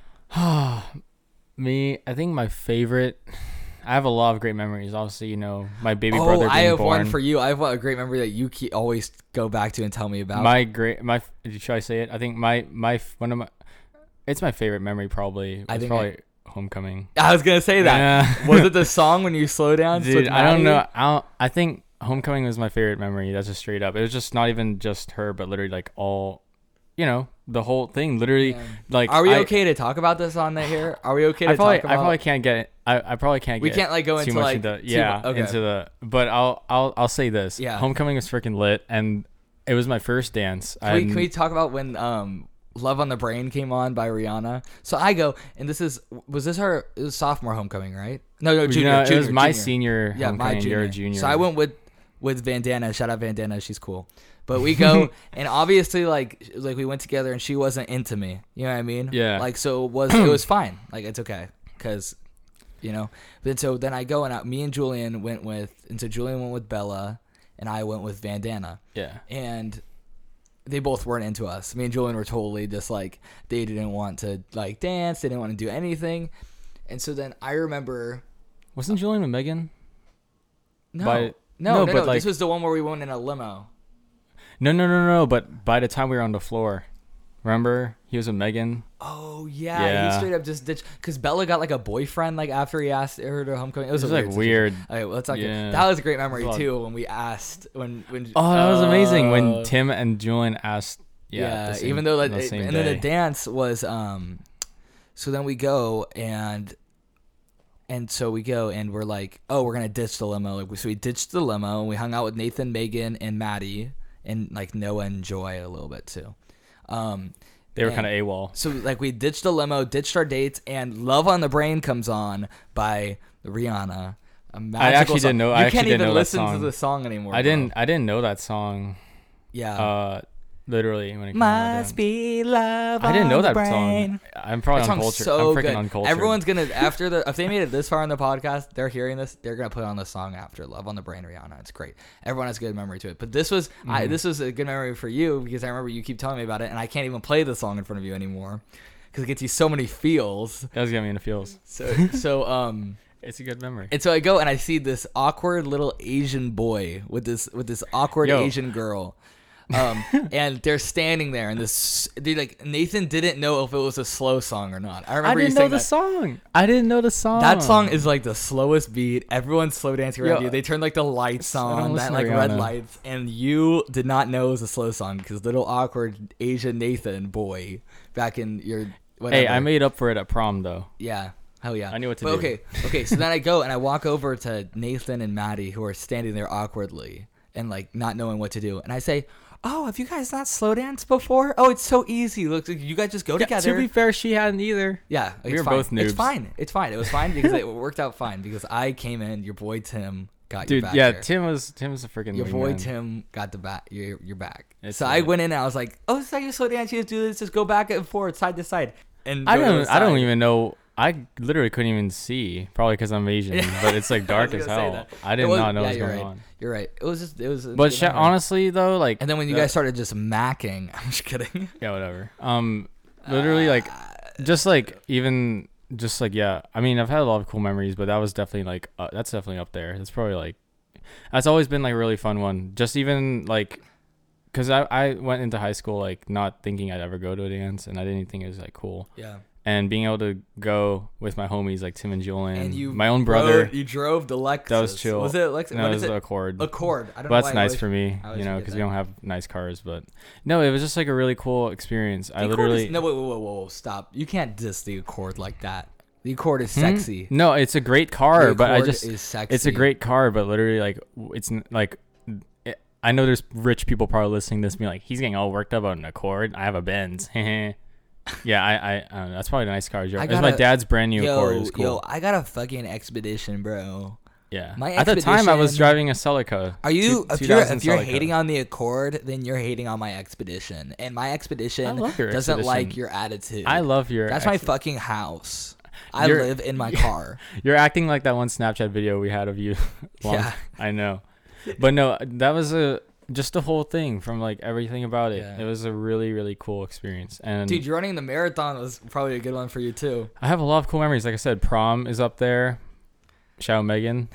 Speaker 1: Me, I think my favorite. I have a lot of great memories. Obviously, you know my baby
Speaker 2: oh,
Speaker 1: brother being
Speaker 2: I have
Speaker 1: born.
Speaker 2: one for you. I have one, a great memory that you keep, always go back to and tell me about.
Speaker 1: my great my. Should I say it? I think my my one of my. It's my favorite memory probably. It's
Speaker 2: I think
Speaker 1: probably homecoming.
Speaker 2: I was gonna say that.
Speaker 1: Yeah.
Speaker 2: was it the song when you slow down?
Speaker 1: Dude, I don't know. I don't, I think homecoming was my favorite memory. That's just straight up. It was just not even just her, but literally like all, you know, the whole thing. Literally, like
Speaker 2: Are we
Speaker 1: I-
Speaker 2: okay to talk about this on that here? Are we okay to
Speaker 1: I probably,
Speaker 2: talk
Speaker 1: I
Speaker 2: about?
Speaker 1: probably can't get. I, I probably can't.
Speaker 2: We
Speaker 1: get
Speaker 2: can't, like, go
Speaker 1: too
Speaker 2: into,
Speaker 1: much
Speaker 2: like,
Speaker 1: into,
Speaker 2: too
Speaker 1: yeah
Speaker 2: mu- okay.
Speaker 1: into the. But I'll I'll I'll say this.
Speaker 2: Yeah.
Speaker 1: homecoming was freaking lit, and it was my first dance.
Speaker 2: Can we,
Speaker 1: and-
Speaker 2: can we talk about when um Love on the Brain came on by Rihanna? So I go, and this is was this her it was sophomore homecoming, right? No, no,
Speaker 1: you
Speaker 2: junior.
Speaker 1: know,
Speaker 2: junior
Speaker 1: it was my
Speaker 2: junior.
Speaker 1: senior.
Speaker 2: Yeah, my
Speaker 1: homecoming,
Speaker 2: junior.
Speaker 1: Your junior.
Speaker 2: So I went with with Vandana. Shout out Vandana, she's cool. But we go and obviously like like we went together and she wasn't into me. You know what I mean?
Speaker 1: Yeah.
Speaker 2: Like so it was it was fine. Like it's okay because you know. But so then I go and I, me and Julian went with and so Julian went with Bella and I went with Vandana
Speaker 1: Yeah.
Speaker 2: and they both weren't into us. Me and Julian were totally just like they didn't want to like dance, they didn't want to do anything. And so then I remember
Speaker 1: Wasn't Julian with Megan?
Speaker 2: no,
Speaker 1: By-
Speaker 2: no,
Speaker 1: no,
Speaker 2: no,
Speaker 1: but,
Speaker 2: no,
Speaker 1: like-
Speaker 2: this was the one where we went in a limo.
Speaker 1: No, no, no, no. But by the time we were on the floor, remember he was with Megan.
Speaker 2: Oh yeah, he
Speaker 1: Yeah.
Speaker 2: straight up just ditched because Bella got like a boyfriend like after he asked her to homecoming. It was,
Speaker 1: It was
Speaker 2: a
Speaker 1: like
Speaker 2: weird.
Speaker 1: weird.
Speaker 2: situation. Okay, well, let's not get-
Speaker 1: Yeah.
Speaker 2: That was a great memory
Speaker 1: It's a lot.
Speaker 2: too when we asked when when.
Speaker 1: Oh, that was amazing
Speaker 2: Uh,
Speaker 1: when Tim and Julian asked. Yeah,
Speaker 2: yeah,
Speaker 1: the same-
Speaker 2: even though like,
Speaker 1: the
Speaker 2: it-
Speaker 1: same
Speaker 2: and then the
Speaker 1: day.
Speaker 2: dance was um so then we go and and so we go and we're like oh we're gonna ditch the limo like so we ditched the limo and we hung out with nathan megan and maddie and like noah and joy a little bit too um
Speaker 1: they were
Speaker 2: and-
Speaker 1: kind of AWOL.
Speaker 2: so like we ditched the limo ditched our dates and love on the brain comes on by rihanna A magical
Speaker 1: actually
Speaker 2: song.
Speaker 1: didn't know-
Speaker 2: you
Speaker 1: I actually
Speaker 2: can't
Speaker 1: didn't
Speaker 2: even
Speaker 1: know that
Speaker 2: listen
Speaker 1: song.
Speaker 2: to the song anymore
Speaker 1: I
Speaker 2: bro.
Speaker 1: didn't. I didn't know that song.
Speaker 2: yeah
Speaker 1: Uh, literally when it came out.
Speaker 2: must be love
Speaker 1: I didn't know
Speaker 2: on the
Speaker 1: that
Speaker 2: brain.
Speaker 1: song. I'm probably
Speaker 2: That
Speaker 1: on
Speaker 2: song's
Speaker 1: culture.
Speaker 2: so
Speaker 1: I'm freaking
Speaker 2: good.
Speaker 1: on culture.
Speaker 2: Everyone's gonna after the if they made it this far in the podcast, they're hearing this, they're gonna put on the song after "Love on the Brain" Rihanna. It's great. Everyone has a good memory to it. But this was I,
Speaker 1: Mm-hmm.
Speaker 2: this was a good memory for you because I remember you keep telling me about it, and I can't even play the song in front of you anymore because it gets you so many feels.
Speaker 1: that was getting me in the feels.
Speaker 2: So so um.
Speaker 1: It's a good memory.
Speaker 2: And so I go and I see this awkward little Asian boy with this with this awkward
Speaker 1: Yo.
Speaker 2: Asian girl. Um, and they're standing there, and this dude like Nathan didn't know if it was a slow song or not. I remember
Speaker 1: I
Speaker 2: you
Speaker 1: didn't
Speaker 2: saying
Speaker 1: know the
Speaker 2: that.
Speaker 1: song. I didn't know the song.
Speaker 2: That song is like the slowest beat. Everyone's slow dancing around
Speaker 1: Oh. Yo,
Speaker 2: you. They turned like the lights
Speaker 1: don't
Speaker 2: on, that
Speaker 1: listen to
Speaker 2: like red
Speaker 1: Rihanna.
Speaker 2: lights, and you did not know it was a slow song because little awkward Asian Nathan boy back in your whatever.
Speaker 1: Hey, I made up for it at prom though.
Speaker 2: yeah. Hell yeah.
Speaker 1: I knew what to
Speaker 2: But
Speaker 1: do.
Speaker 2: Okay, okay. So then I go and I walk over to Nathan and Maddie who are standing there awkwardly and like not knowing what to do, and I say. Oh, have you guys not slow danced before? Oh, it's so easy. Look, you guys just go together.
Speaker 1: to be fair, she hadn't either.
Speaker 2: Yeah, it's
Speaker 1: We were
Speaker 2: fine.
Speaker 1: both
Speaker 2: It's
Speaker 1: noobs.
Speaker 2: fine. It's fine. It was fine because it worked out fine because I came in. Your boy Tim got your
Speaker 1: Dude,
Speaker 2: back.
Speaker 1: yeah,
Speaker 2: there.
Speaker 1: Tim was Tim was a freaking
Speaker 2: Your boy
Speaker 1: wingman.
Speaker 2: Tim got the back. Your your back.
Speaker 1: It's
Speaker 2: so I
Speaker 1: lit.
Speaker 2: went in. and I was like, "Oh, this is how you slow dance. You just do this. Just go back and forth, side to side." And
Speaker 1: I
Speaker 2: go to the
Speaker 1: don't. I don't
Speaker 2: side.
Speaker 1: even know. I literally couldn't even see, probably because I'm Asian. But it's like
Speaker 2: I was
Speaker 1: dark as
Speaker 2: gonna say
Speaker 1: hell.
Speaker 2: that.
Speaker 1: I
Speaker 2: It
Speaker 1: did
Speaker 2: was-
Speaker 1: not know
Speaker 2: yeah,
Speaker 1: what was
Speaker 2: you're
Speaker 1: going
Speaker 2: right.
Speaker 1: on.
Speaker 2: You're right. It was just. It was. a
Speaker 1: But
Speaker 2: good
Speaker 1: sh-
Speaker 2: memory.
Speaker 1: honestly though, like
Speaker 2: and then when you
Speaker 1: the-
Speaker 2: guys started just macking, I'm just kidding.
Speaker 1: yeah, whatever. Um,
Speaker 2: Uh,
Speaker 1: literally like, just like even just like yeah. I mean, I've had a lot of cool memories, but that was definitely like uh, that's definitely up there. That's probably like that's always been like a really fun one. Just even like. Cause I, I went into high school like not thinking I'd ever go to a dance, and I didn't think it was like cool.
Speaker 2: Yeah.
Speaker 1: And being able to go with my homies like Tim and Julian,
Speaker 2: And you,
Speaker 1: my own brother,
Speaker 2: rode- you drove the Lexus.
Speaker 1: that was chill.
Speaker 2: Was it Lexus?
Speaker 1: No,
Speaker 2: what
Speaker 1: it
Speaker 2: is it?
Speaker 1: was a Accord.
Speaker 2: Accord. I don't know
Speaker 1: But
Speaker 2: why
Speaker 1: that's
Speaker 2: I
Speaker 1: nice
Speaker 2: always-
Speaker 1: for me,
Speaker 2: I always
Speaker 1: you know,
Speaker 2: forget
Speaker 1: because
Speaker 2: that.
Speaker 1: we don't have nice cars. But no, it was just like a really cool experience. I
Speaker 2: The Accord
Speaker 1: literally
Speaker 2: is- no, whoa, whoa, whoa, whoa, whoa, stop! You can't diss the Accord like that. The Accord is sexy.
Speaker 1: no, it's a great car,
Speaker 2: The
Speaker 1: Hmm? but I
Speaker 2: Accord
Speaker 1: just
Speaker 2: is sexy.
Speaker 1: it's a great car, but literally like w- it's n- like it, I know there's rich people probably listening to this, and being like, he's getting all worked up on an Accord. I have a Benz. yeah, I I, I don't know. that's probably a nice car. Joe.
Speaker 2: I
Speaker 1: It was my
Speaker 2: gotta-
Speaker 1: dad's brand new
Speaker 2: yo,
Speaker 1: Accord. It was cool.
Speaker 2: yo, I got a fucking expedition, bro.
Speaker 1: yeah,
Speaker 2: my
Speaker 1: at the time I was
Speaker 2: Expedition-
Speaker 1: driving a Celica.
Speaker 2: Are you?
Speaker 1: Two-
Speaker 2: if you're
Speaker 1: 2000
Speaker 2: if you're
Speaker 1: Celica.
Speaker 2: hating on the Accord, then you're hating on my expedition, and my expedition
Speaker 1: love your
Speaker 2: doesn't like
Speaker 1: Expedition.
Speaker 2: your attitude.
Speaker 1: I love your.
Speaker 2: That's my fucking house. I
Speaker 1: You're-
Speaker 2: live in my car.
Speaker 1: You're acting like that one Snapchat video we had of you. Long-
Speaker 2: Yeah.
Speaker 1: I know. But no, that was a just the whole thing from like everything about it.
Speaker 2: Yeah.
Speaker 1: It was a really really cool experience, and
Speaker 2: Dude, you running the marathon was probably a good one for you too.
Speaker 1: I have a lot of cool memories. Like I said, prom is up there. Shout out Megan.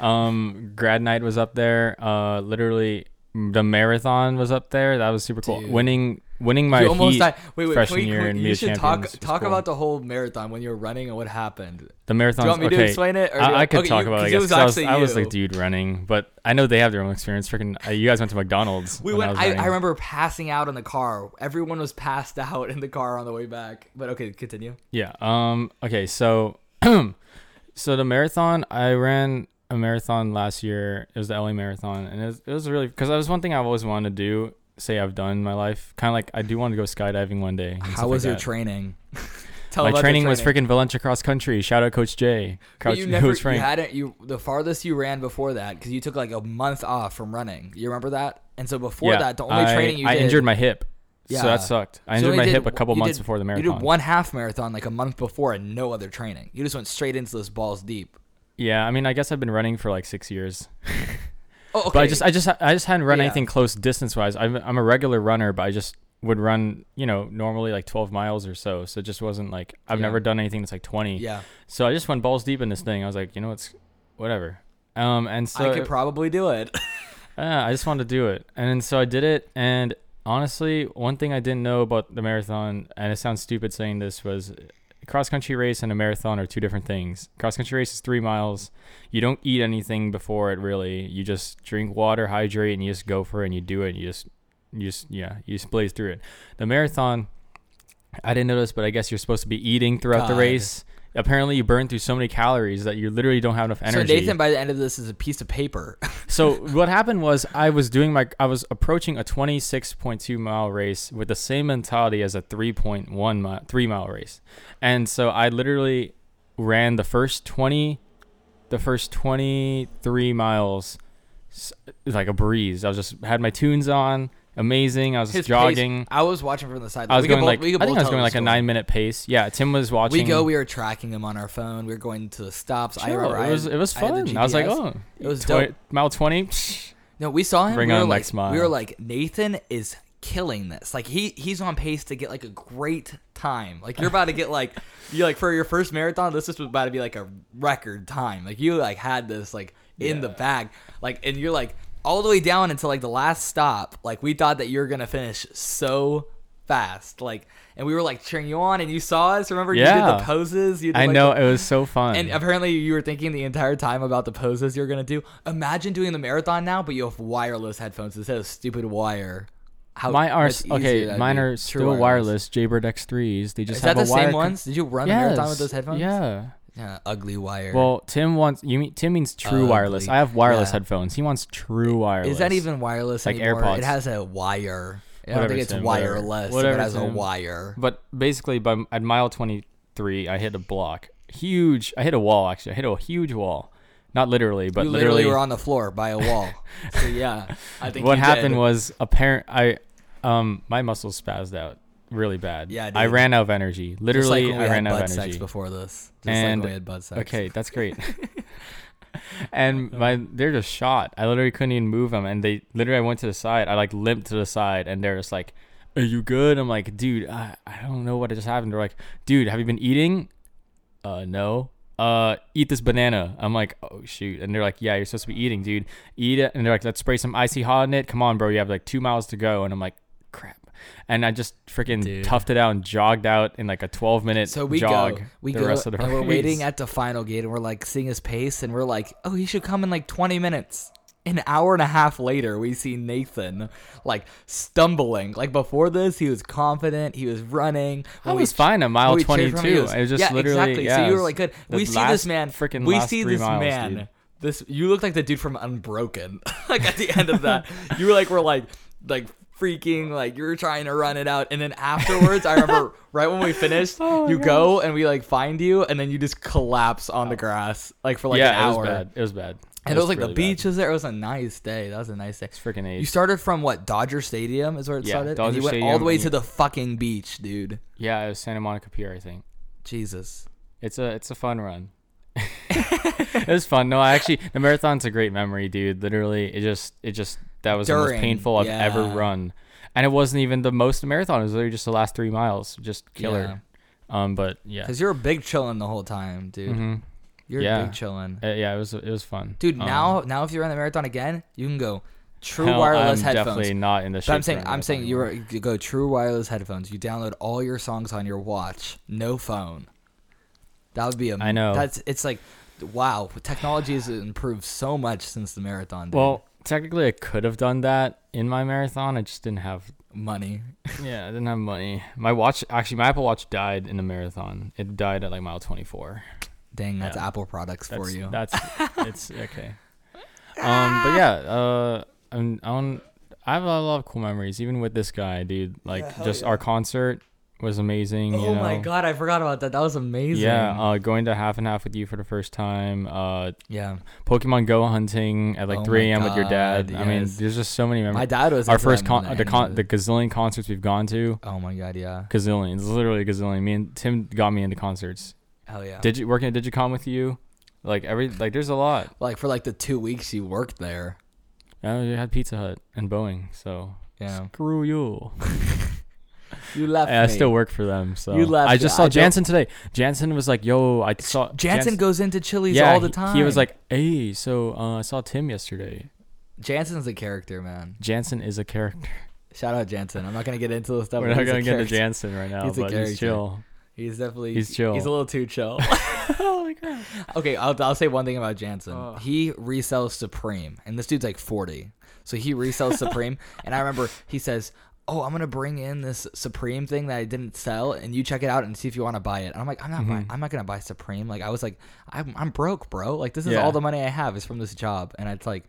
Speaker 1: um, grad night was up there. Uh, literally the marathon was up there. That was super cool.
Speaker 2: Dude.
Speaker 1: Winning, winning my
Speaker 2: you almost
Speaker 1: heat
Speaker 2: died. Wait, wait,
Speaker 1: freshman
Speaker 2: can we-
Speaker 1: year
Speaker 2: can we-
Speaker 1: in
Speaker 2: you
Speaker 1: Mia
Speaker 2: should talk
Speaker 1: Champions was
Speaker 2: talk
Speaker 1: cool.
Speaker 2: about the whole marathon when you were running and what happened.
Speaker 1: the marathon.
Speaker 2: Do you want me to
Speaker 1: okay,
Speaker 2: explain it, or do you-
Speaker 1: I, I could
Speaker 2: okay,
Speaker 1: talk
Speaker 2: you-
Speaker 1: about it. I,
Speaker 2: 'cause it
Speaker 1: guess,
Speaker 2: was
Speaker 1: 'cause I was
Speaker 2: actually
Speaker 1: I was
Speaker 2: you.
Speaker 1: like, dude, running. But I know they have their own experience. Freaking, uh, you guys went to McDonald's.
Speaker 2: We
Speaker 1: when
Speaker 2: went.
Speaker 1: was
Speaker 2: I, I,
Speaker 1: running.
Speaker 2: remember passing out in the car. Everyone was passed out in the car on the way back. But okay, continue.
Speaker 1: Yeah. Um. Okay. So, so the marathon. I ran a marathon last year. It was the LA marathon, and it was, it was really because that was one thing I've always wanted to do. Say I've done in my life. Kind of like I do want to go skydiving one day. and stuff
Speaker 2: How was
Speaker 1: like
Speaker 2: your
Speaker 1: that.
Speaker 2: training? Tell
Speaker 1: My
Speaker 2: about your
Speaker 1: training, was freaking Valencia cross country. Shout out Coach Jay.
Speaker 2: But
Speaker 1: Coach,
Speaker 2: you never.
Speaker 1: Coach
Speaker 2: You
Speaker 1: Frank.
Speaker 2: hadn't. You the farthest you ran before that because you took like a month off from running. You remember that? And so before that, the only
Speaker 1: I,
Speaker 2: training you
Speaker 1: I
Speaker 2: did,
Speaker 1: injured my hip.
Speaker 2: Yeah.
Speaker 1: So that sucked. I
Speaker 2: So
Speaker 1: injured
Speaker 2: you
Speaker 1: my
Speaker 2: did-
Speaker 1: hip a couple
Speaker 2: you
Speaker 1: months
Speaker 2: did-
Speaker 1: before the marathon.
Speaker 2: You did one half marathon like a month before and no other training. You just went straight into this balls deep.
Speaker 1: Yeah, I mean, I guess I've been running for like six years,
Speaker 2: Oh, okay.
Speaker 1: but I just, I just, I just hadn't run
Speaker 2: Yeah.
Speaker 1: anything close distance wise. I'm, I'm a regular runner, but I just would run, you know, normally like 12 miles or so. So it just wasn't like I've
Speaker 2: Yeah.
Speaker 1: never done anything that's like 20.
Speaker 2: yeah,
Speaker 1: So I just went balls deep in this thing. I was like, you know, it's whatever. Um, and so
Speaker 2: I could probably do it.
Speaker 1: yeah, I just wanted to do it. And then, so I did it. And honestly, one thing I didn't know about the marathon, and it sounds stupid saying this, was a cross country race and a marathon are two different things. Cross country race is three miles. You don't eat anything before it, really. You just drink water, hydrate, and you just go for it and you do it. And you just, you just, yeah, you just blaze through it. The marathon, I didn't notice, but I guess you're supposed to be eating throughout the
Speaker 2: God.
Speaker 1: race. Apparently, you burn through so many calories that you literally don't have enough energy.
Speaker 2: So Nathan, by the end of this, is a piece of paper.
Speaker 1: So what happened was I was doing my I was approaching a 26.2 mile race with the same mentality as a 3.1 mile, 3 mile race. And so I literally ran the first 20 the first 23 miles s- like a breeze. I was just had my tunes on, amazing. I was
Speaker 2: His
Speaker 1: just jogging.
Speaker 2: Pace, I was watching from the side.
Speaker 1: I was
Speaker 2: we could
Speaker 1: going
Speaker 2: both-
Speaker 1: like
Speaker 2: we could
Speaker 1: I think
Speaker 2: both
Speaker 1: I
Speaker 2: tell
Speaker 1: was going
Speaker 2: the
Speaker 1: like a
Speaker 2: story.
Speaker 1: 9 minute pace. Yeah, Tim was watching.
Speaker 2: We go. We were tracking him on our phone. We were going to the stops. I
Speaker 1: Sure,
Speaker 2: remember. I
Speaker 1: it was
Speaker 2: had-
Speaker 1: it was
Speaker 2: I had the
Speaker 1: fun. I, was like,
Speaker 2: GPS.
Speaker 1: "Oh,
Speaker 2: It was
Speaker 1: tw-
Speaker 2: dope.
Speaker 1: mile 20."
Speaker 2: No, we saw him.
Speaker 1: Bring
Speaker 2: we were
Speaker 1: on
Speaker 2: like,
Speaker 1: next mile.
Speaker 2: We were like, Nathan is killing this. Like he he's on pace to get like a great time. Like you're about to get like you like for your first marathon, this is about to be like a record time. Like you like had this like in the
Speaker 1: Yeah.
Speaker 2: bag. Like and you're like all the way down until like the last stop. Like we thought that you're gonna finish so fast. Like and we were like cheering you on and you saw us. Remember you did
Speaker 1: Yeah.
Speaker 2: the poses. You did,
Speaker 1: I
Speaker 2: like,
Speaker 1: know
Speaker 2: the-
Speaker 1: it was so fun.
Speaker 2: and apparently you were thinking the entire time about the poses you're gonna do. Imagine doing the marathon now, but you have wireless headphones instead of stupid wire. How
Speaker 1: My are
Speaker 2: much Oh, easier that'd
Speaker 1: okay.
Speaker 2: be.
Speaker 1: Mine
Speaker 2: True
Speaker 1: are still wireless Jaybird X3s. They just
Speaker 2: Is that
Speaker 1: have
Speaker 2: the
Speaker 1: a wire
Speaker 2: same
Speaker 1: con-
Speaker 2: ones? Did you run
Speaker 1: Yes.
Speaker 2: the marathon with those headphones?
Speaker 1: Yeah.
Speaker 2: Yeah, ugly wire.
Speaker 1: Well, Tim wants you mean Tim means true wireless.
Speaker 2: Ugly.
Speaker 1: I have wireless
Speaker 2: Yeah.
Speaker 1: headphones. He wants true wireless.
Speaker 2: is that even wireless
Speaker 1: Like
Speaker 2: anymore?
Speaker 1: AirPods.
Speaker 2: It has a wire. I don't
Speaker 1: Whatever,
Speaker 2: think it's
Speaker 1: Tim, whatever.
Speaker 2: wireless.
Speaker 1: Whatever,
Speaker 2: it has a
Speaker 1: Tim.
Speaker 2: wire.
Speaker 1: But basically, by at mile 23, I hit a block. Huge. I hit a wall. Actually, I hit a huge wall. Not literally, but
Speaker 2: You literally, were on the floor by a wall. so yeah, I think
Speaker 1: what
Speaker 2: you
Speaker 1: happened
Speaker 2: did.
Speaker 1: was apparent. I um my muscles spazzed out really bad.
Speaker 2: Yeah,
Speaker 1: I
Speaker 2: dude.
Speaker 1: ran out of energy.
Speaker 2: Just like
Speaker 1: Literally,
Speaker 2: when we
Speaker 1: I
Speaker 2: had
Speaker 1: ran out
Speaker 2: bud
Speaker 1: of energy.
Speaker 2: sex before this. Just
Speaker 1: And-
Speaker 2: like when we had bud sex.
Speaker 1: Okay, that's great. and
Speaker 2: uh,
Speaker 1: my they're just shot. I literally couldn't even move them, and they literally I went to the side. I like limped to the side, and they're just like, "Are you good?" I'm like, "Dude, I, I don't know what just happened." They're like, "Dude, have you been eating?" Uh, no. Uh, eat this banana. I'm like, oh shoot, and they're like, yeah, you're supposed to be eating, dude. Eat it, and they're like, let's spray some icy hot on it. Come on, bro, you have like two miles to go, and I'm like, crap. And I just freaking
Speaker 2: Dude.
Speaker 1: toughed it out and jogged out in like a 12 minute
Speaker 2: So we
Speaker 1: jog.
Speaker 2: go, we
Speaker 1: the
Speaker 2: go,
Speaker 1: rest of the
Speaker 2: and we're
Speaker 1: race.
Speaker 2: waiting at the final gate, and we're like seeing his pace, and we're like, oh, he should come in like 20 minutes. An hour and a half later, we see Nathan like stumbling. Like before this, he was confident. He was running.
Speaker 1: I
Speaker 2: When we
Speaker 1: was fine at mile
Speaker 2: when we cheered for him, he
Speaker 1: 22.
Speaker 2: was-
Speaker 1: It was just
Speaker 2: yeah,
Speaker 1: literally-
Speaker 2: exactly. so
Speaker 1: yeah,
Speaker 2: you
Speaker 1: it
Speaker 2: were
Speaker 1: was
Speaker 2: like, good.
Speaker 1: the
Speaker 2: We see this
Speaker 1: last
Speaker 2: man.
Speaker 1: frickin'
Speaker 2: we
Speaker 1: last
Speaker 2: see
Speaker 1: three
Speaker 2: this
Speaker 1: miles,
Speaker 2: man.
Speaker 1: dude.
Speaker 2: This you look like the dude from Unbroken. like at the end of that, you were like, we're like, like freaking, like you were trying to run it out, and then afterwards, I remember right when we finished,
Speaker 1: Oh
Speaker 2: you go and we like find you, and then you just collapse on the grass like for like an
Speaker 1: yeah, it
Speaker 2: hour.
Speaker 1: was bad. It was bad.
Speaker 2: And it was like
Speaker 1: really
Speaker 2: the beach was there. It was a nice day. That was a nice day.
Speaker 1: Bad. Freaking
Speaker 2: You
Speaker 1: age.
Speaker 2: started from what Dodger Stadium is where it
Speaker 1: Yeah,
Speaker 2: started, and
Speaker 1: Dodger
Speaker 2: you went all
Speaker 1: Stadium,
Speaker 2: the way
Speaker 1: and
Speaker 2: to
Speaker 1: you-
Speaker 2: the fucking beach, dude.
Speaker 1: yeah, it was Santa Monica Pier, I think.
Speaker 2: Jesus.
Speaker 1: It's a it's a fun run. it was fun. No, I actually the marathon's a great memory, dude. Literally, it just it just that was the most
Speaker 2: During,
Speaker 1: painful I've ever
Speaker 2: yeah.
Speaker 1: run. And it wasn't even the most marathon. It was literally just the last three miles, just
Speaker 2: Yeah.
Speaker 1: killer. Um, but yeah,
Speaker 2: Cause you're a big chillin' the whole time, dude. You're
Speaker 1: Mm-hmm. Yeah.
Speaker 2: big chillin'.
Speaker 1: Uh, yeah, it was it was fun,
Speaker 2: Dude,
Speaker 1: Um,
Speaker 2: now now if you run the marathon again, you can go true
Speaker 1: hell,
Speaker 2: wireless
Speaker 1: I'm
Speaker 2: headphones.
Speaker 1: Definitely not in the.
Speaker 2: But I'm
Speaker 1: shape
Speaker 2: saying
Speaker 1: for a
Speaker 2: I'm saying
Speaker 1: marathon.
Speaker 2: you, re- you go true wireless headphones. You download all your songs on your watch, no phone. That would be a.
Speaker 1: I know.
Speaker 2: That's it's like, wow, technology has improved so much since the marathon. Dude.
Speaker 1: Well, technically, I could have done that in my marathon. I just didn't have.
Speaker 2: money.
Speaker 1: Yeah, I didn't have money. My watch, actually, my Apple Watch died in the marathon. It died at like mile twenty four.
Speaker 2: Dang, that's
Speaker 1: Yeah.
Speaker 2: Apple products
Speaker 1: That's,
Speaker 2: for you.
Speaker 1: That's it's okay. Um, but yeah, uh, I'm, I don't- I have a lot of cool memories, even with this guy, dude. Like, just our concert was amazing. you
Speaker 2: oh my
Speaker 1: know?
Speaker 2: god, I forgot about that. That was amazing.
Speaker 1: Yeah, uh, going to half and half with you for the first time. Uh,
Speaker 2: yeah.
Speaker 1: Pokemon Go hunting at like
Speaker 2: Oh my
Speaker 1: 3 a.m. with your
Speaker 2: God,
Speaker 1: dad. I mean,
Speaker 2: yes.
Speaker 1: there's just so many memories.
Speaker 2: My dad was
Speaker 1: Our
Speaker 2: into
Speaker 1: first
Speaker 2: that
Speaker 1: con,
Speaker 2: more than
Speaker 1: the
Speaker 2: any
Speaker 1: con,
Speaker 2: of
Speaker 1: the
Speaker 2: it.
Speaker 1: gazillion concerts we've gone to,
Speaker 2: Oh my god, yeah.
Speaker 1: gazillions, literally a gazillion. Me and Tim got me into concerts.
Speaker 2: Hell yeah.
Speaker 1: Did you working at Digicom with you? Like every like, there's a lot.
Speaker 2: like for like the two weeks you worked there.
Speaker 1: Oh, you had Pizza Hut and Boeing, so
Speaker 2: Yeah.
Speaker 1: screw you.
Speaker 2: You left.
Speaker 1: And I
Speaker 2: me.
Speaker 1: still work for them, so
Speaker 2: You left
Speaker 1: I just
Speaker 2: it.
Speaker 1: saw
Speaker 2: I don't-
Speaker 1: Jansen today. Jansen was like, "Yo, I saw
Speaker 2: Jansen goes into Chili's
Speaker 1: yeah,
Speaker 2: all the
Speaker 1: he-
Speaker 2: time.
Speaker 1: He, was like, "Hey, so uh, I saw Tim yesterday.
Speaker 2: Jansen's a character, man.
Speaker 1: Jansen is a character.
Speaker 2: Shout out Jansen. I'm not gonna get into the stuff.
Speaker 1: We're
Speaker 2: but
Speaker 1: not
Speaker 2: he's a
Speaker 1: gonna get into
Speaker 2: character.
Speaker 1: Jansen right now,
Speaker 2: He's a
Speaker 1: but
Speaker 2: character.
Speaker 1: he's chill.
Speaker 2: He's definitely
Speaker 1: He's chill.
Speaker 2: He's a little too chill. Oh
Speaker 1: Holy crap!
Speaker 2: okay, I'll, I'll say one thing about Jansen.
Speaker 1: Oh.
Speaker 2: He resells Supreme, and this dude's like 40, so he resells Supreme. and I remember he says, "Oh, I'm gonna bring in this Supreme thing that I didn't sell, and you check it out and see if you want to buy it." And I'm like, "I'm not
Speaker 1: Mm-hmm.
Speaker 2: buying. I'm not gonna buy Supreme." Like I was like, "I'm I'm broke, bro. Like this is
Speaker 1: Yeah.
Speaker 2: all the money I have is from this job," and it's like.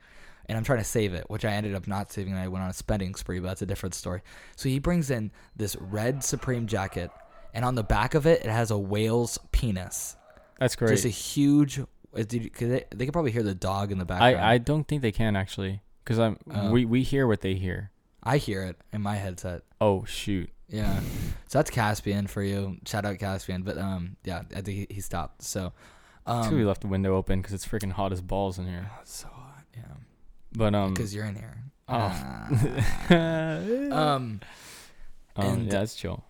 Speaker 2: And I'm trying to save it, which I ended up not saving. And I went on a spending spree, but that's a different story. So he brings in this red Supreme jacket, and on the back of it, it has a whale's penis
Speaker 1: That's great.
Speaker 2: just a huge. uh, Did you, could they, they could probably hear the dog in the background.
Speaker 1: I, I don't think they can actually, because I'm
Speaker 2: Oh.
Speaker 1: we we hear what they hear.
Speaker 2: I hear it in my headset.
Speaker 1: Oh shoot!
Speaker 2: Yeah, so that's Caspian for you. Shout out Caspian. But um, yeah, I think he, he stopped. So,
Speaker 1: It's
Speaker 2: um,
Speaker 1: good we left the window open because it's freaking hot as balls in here.
Speaker 2: so hot. Yeah,
Speaker 1: But um,
Speaker 2: because you're in here.
Speaker 1: Oh.
Speaker 2: Ah. um,
Speaker 1: um,
Speaker 2: and-
Speaker 1: yeah, that's chill.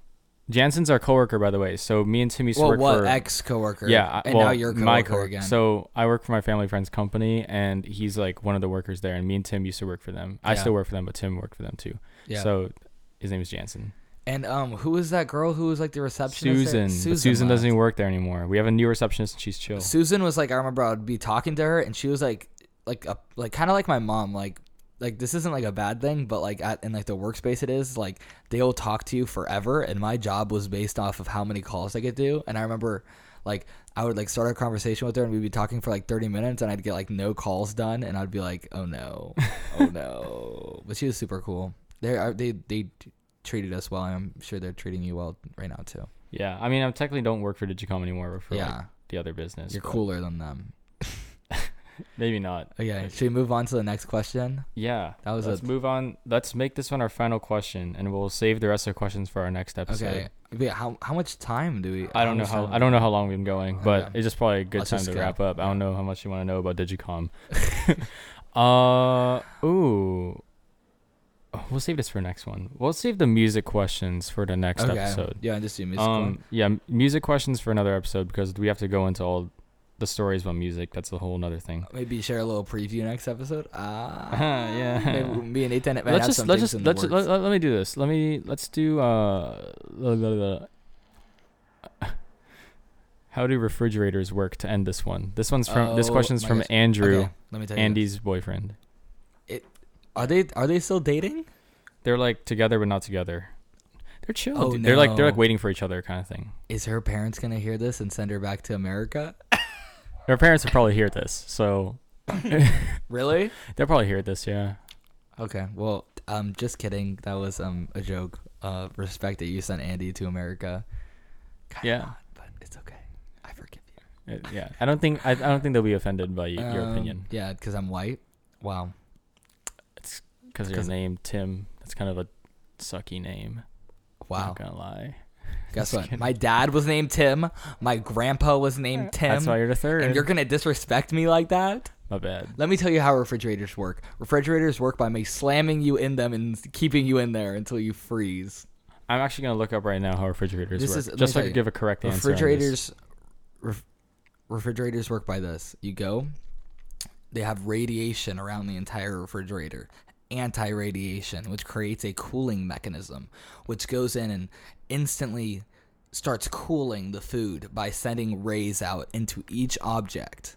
Speaker 1: Jansen's our coworker, by the way. So me and Tim used to
Speaker 2: well,
Speaker 1: work
Speaker 2: what
Speaker 1: for
Speaker 2: ex coworker?
Speaker 1: yeah, I-
Speaker 2: and
Speaker 1: well,
Speaker 2: now you're coworker
Speaker 1: my coworker.
Speaker 2: again.
Speaker 1: So I work for my family friend's company, and he's like one of the workers there. And me and Tim used to work for them. I
Speaker 2: Yeah.
Speaker 1: still work for them, but Tim worked for them too.
Speaker 2: yeah.
Speaker 1: So his name is Jansen.
Speaker 2: and um, who was that girl who was like the receptionist? there? uh,
Speaker 1: Susan. Susan, but Susan doesn't even work there anymore. We have a new receptionist, and she's chill.
Speaker 2: Susan was like, I remember I'd be talking to her, and she was like, like a like kind of like my mom, like like this isn't like a bad thing, but like at in like the workspace it is like they'll talk to you forever, and my job was based off of how many calls I could do, and I remember. Like I would like start a conversation with her and we'd be talking for like thirty minutes and I'd get like no calls done and I'd be like oh no oh no but she was super cool they are- they they treated us well and I'm sure they're treating you well right now too
Speaker 1: Yeah, I mean, I technically don't work for Digicom anymore. I work for like,
Speaker 2: yeah
Speaker 1: the other business.
Speaker 2: you're
Speaker 1: but
Speaker 2: cooler than them
Speaker 1: Maybe not.
Speaker 2: Okay, should we move on to the next question?
Speaker 1: Yeah.
Speaker 2: That was
Speaker 1: Let's
Speaker 2: a-
Speaker 1: move on. Let's make this one our final question, and we'll save the rest of the questions for our next episode.
Speaker 2: Okay. Wait, how how much time do we?
Speaker 1: I don't know
Speaker 2: much
Speaker 1: how
Speaker 2: time-
Speaker 1: I don't know how long we've been going, but
Speaker 2: Okay.
Speaker 1: it's just probably a good
Speaker 2: Let's
Speaker 1: time
Speaker 2: just
Speaker 1: to
Speaker 2: go.
Speaker 1: wrap up. I don't know how much you want to know about Digicom. uh ooh. Oh, We'll save this for next one. We'll save the music questions for the next
Speaker 2: Okay.
Speaker 1: episode.
Speaker 2: Yeah, just do musical.
Speaker 1: Um yeah, m- music questions for another episode because we have to go into all the stories about music. That's a whole nother thing.
Speaker 2: Maybe share a little preview next episode. Ah,
Speaker 1: Uh-huh, Yeah.
Speaker 2: Maybe me and Ethan might
Speaker 1: let's
Speaker 2: have
Speaker 1: just
Speaker 2: some
Speaker 1: let's
Speaker 2: things
Speaker 1: just
Speaker 2: in
Speaker 1: let's
Speaker 2: the
Speaker 1: let,
Speaker 2: works.
Speaker 1: let, let me do this. Let me let's do uh la- la- la- la. how do refrigerators work to end this one? This one's from this
Speaker 2: Oh,
Speaker 1: question's
Speaker 2: my
Speaker 1: from
Speaker 2: gosh.
Speaker 1: Andrew,
Speaker 2: Okay, let me tell you.
Speaker 1: Andy's boyfriend.
Speaker 2: are they are they still dating?
Speaker 1: They're like together but not together. They're chill.
Speaker 2: Oh,
Speaker 1: dude. They're like they're like
Speaker 2: no.
Speaker 1: waiting for each other kind of thing.
Speaker 2: Is her parents gonna hear this and send her back to America?
Speaker 1: Their parents will probably hear this, so
Speaker 2: really?
Speaker 1: they'll probably hear this, yeah.
Speaker 2: Okay. Well, um, just kidding. That was um a joke. Uh, respect that you sent Andy to America. Kinda
Speaker 1: Yeah.
Speaker 2: not, but it's okay. I forgive you.
Speaker 1: Uh, yeah. I don't think I, I don't think they'll be offended by y- your
Speaker 2: Um,
Speaker 1: opinion.
Speaker 2: Yeah, because I'm white. Wow.
Speaker 1: It's cuz your
Speaker 2: 'cause-
Speaker 1: name Tim. That's kind of a sucky name.
Speaker 2: Wow.
Speaker 1: Not gonna lie.
Speaker 2: Guess what?
Speaker 1: kidding.
Speaker 2: My dad was named Tim. My grandpa was named Tim.
Speaker 1: That's why you're the third.
Speaker 2: and you're gonna disrespect me like that?
Speaker 1: My bad.
Speaker 2: Let me tell you how refrigerators work. Refrigerators work by me slamming you in them and keeping you in there until you freeze.
Speaker 1: I'm actually gonna look up right now how refrigerators
Speaker 2: This
Speaker 1: work,
Speaker 2: is- let me
Speaker 1: just so
Speaker 2: tell
Speaker 1: I
Speaker 2: you.
Speaker 1: could give a correct answer. on this.
Speaker 2: refrigerators ref, refrigerators work by this you go they have radiation around the entire refrigerator anti-radiation which creates a cooling mechanism which goes in and instantly starts cooling the food by sending rays out into each object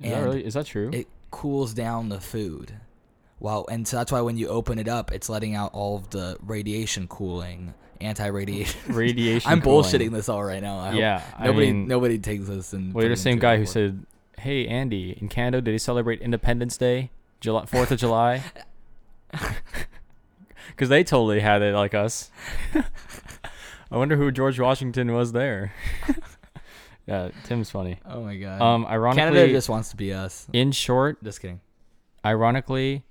Speaker 1: Is that
Speaker 2: and-
Speaker 1: really? Is that true?
Speaker 2: it cools down the food. Wow, and so that's why when you open it up, it's letting out all of the radiation cooling, anti-radiation.
Speaker 1: Radiation
Speaker 2: I'm
Speaker 1: cooling.
Speaker 2: bullshitting this all right now. I hope
Speaker 1: Yeah, I
Speaker 2: nobody
Speaker 1: mean-
Speaker 2: nobody takes this and.
Speaker 1: well, you're the
Speaker 2: puts it
Speaker 1: same
Speaker 2: into a
Speaker 1: guy who
Speaker 2: report.
Speaker 1: said, "Hey, Andy, in Canada, did they celebrate Independence Day, July Fourth of July?" Because they totally had it like us. I wonder who George Washington was there. yeah, Tim's funny.
Speaker 2: "Oh my god."
Speaker 1: Um, ironically,
Speaker 2: Canada just wants to be us.
Speaker 1: in short,
Speaker 2: Just kidding.
Speaker 1: ironically,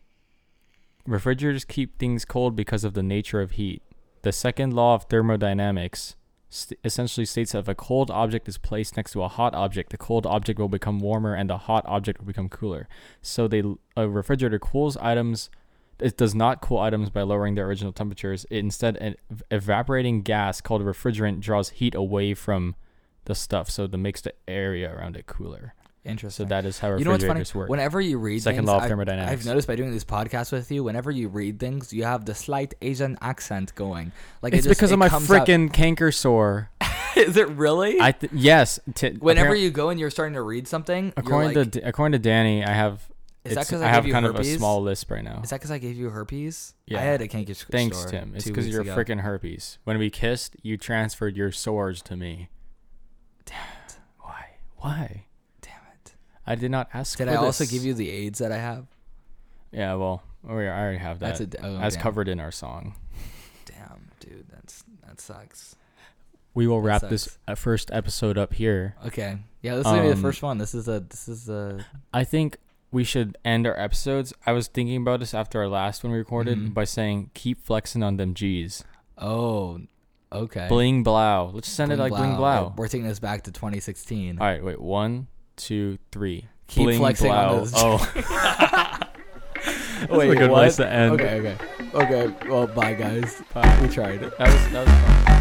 Speaker 1: refrigerators keep things cold because of the nature of heat. The second law of thermodynamics st- essentially states that if a cold object is placed next to a hot object, the cold object will become warmer and the hot object will become cooler. So they a refrigerator cools items. It does not cool items by lowering their original temperatures. It instead, an ev- evaporating gas called refrigerant draws heat away from the stuff, so that makes the area around it cooler. So
Speaker 2: Interesting.
Speaker 1: that is how
Speaker 2: you know
Speaker 1: refrigerators
Speaker 2: what's funny?
Speaker 1: work.
Speaker 2: Whenever you read
Speaker 1: Second
Speaker 2: things,
Speaker 1: law of
Speaker 2: I've-
Speaker 1: thermodynamics.
Speaker 2: I've noticed by doing these podcasts with you. Whenever you read things, you have the slight Asian accent going. Like it
Speaker 1: it's
Speaker 2: just-
Speaker 1: because
Speaker 2: it
Speaker 1: of my
Speaker 2: comes out-
Speaker 1: freaking canker sore.
Speaker 2: Is it really?
Speaker 1: I th- yes. T-
Speaker 2: Whenever
Speaker 1: appar-
Speaker 2: you go and you're starting to read something, you're
Speaker 1: according
Speaker 2: like,
Speaker 1: to D- according to Danny, I have
Speaker 2: Is that
Speaker 1: it's-
Speaker 2: 'cause I
Speaker 1: I have
Speaker 2: gave you
Speaker 1: kind of
Speaker 2: herpes?
Speaker 1: a small lisp right now.
Speaker 2: Is that because I gave you herpes?
Speaker 1: Yeah.
Speaker 2: I had a canker sc-
Speaker 1: Thanks,
Speaker 2: sore
Speaker 1: Tim. It's
Speaker 2: two
Speaker 1: because
Speaker 2: weeks
Speaker 1: you're
Speaker 2: ago.
Speaker 1: freaking herpes. When we kissed, you transferred your sores to me. Damn it! Why? Why?
Speaker 2: Damn it.
Speaker 1: I did not ask.
Speaker 2: Did
Speaker 1: for
Speaker 2: I also
Speaker 1: this.
Speaker 2: give you the AIDS that I have?
Speaker 1: Yeah. Well, we I already have that.
Speaker 2: That's
Speaker 1: That's,
Speaker 2: a d- oh, damn.
Speaker 1: covered in our song.
Speaker 2: Damn, dude, that's that sucks.
Speaker 1: We will wrap
Speaker 2: sucks.
Speaker 1: this uh, first episode up here.
Speaker 2: Okay. Yeah, this is gonna be the
Speaker 1: Um,
Speaker 2: first one. This is a this is a
Speaker 1: I think we should end our episodes. I was thinking about this after our last one we recorded
Speaker 2: Mm-hmm.
Speaker 1: by saying keep flexing on them G's.
Speaker 2: oh okay.
Speaker 1: Bling blow. Let's send it like bling blow.
Speaker 2: We're taking this back to 2016.
Speaker 1: All right, wait. One, two, three.
Speaker 2: Keep
Speaker 1: bling
Speaker 2: flexing on
Speaker 1: blow.
Speaker 2: those
Speaker 1: Oh,
Speaker 2: Wait,
Speaker 1: a good
Speaker 2: what?
Speaker 1: place to end.
Speaker 2: Okay, okay, okay. Well, bye guys.
Speaker 1: Bye.
Speaker 2: We tried it.
Speaker 1: that was that was fun.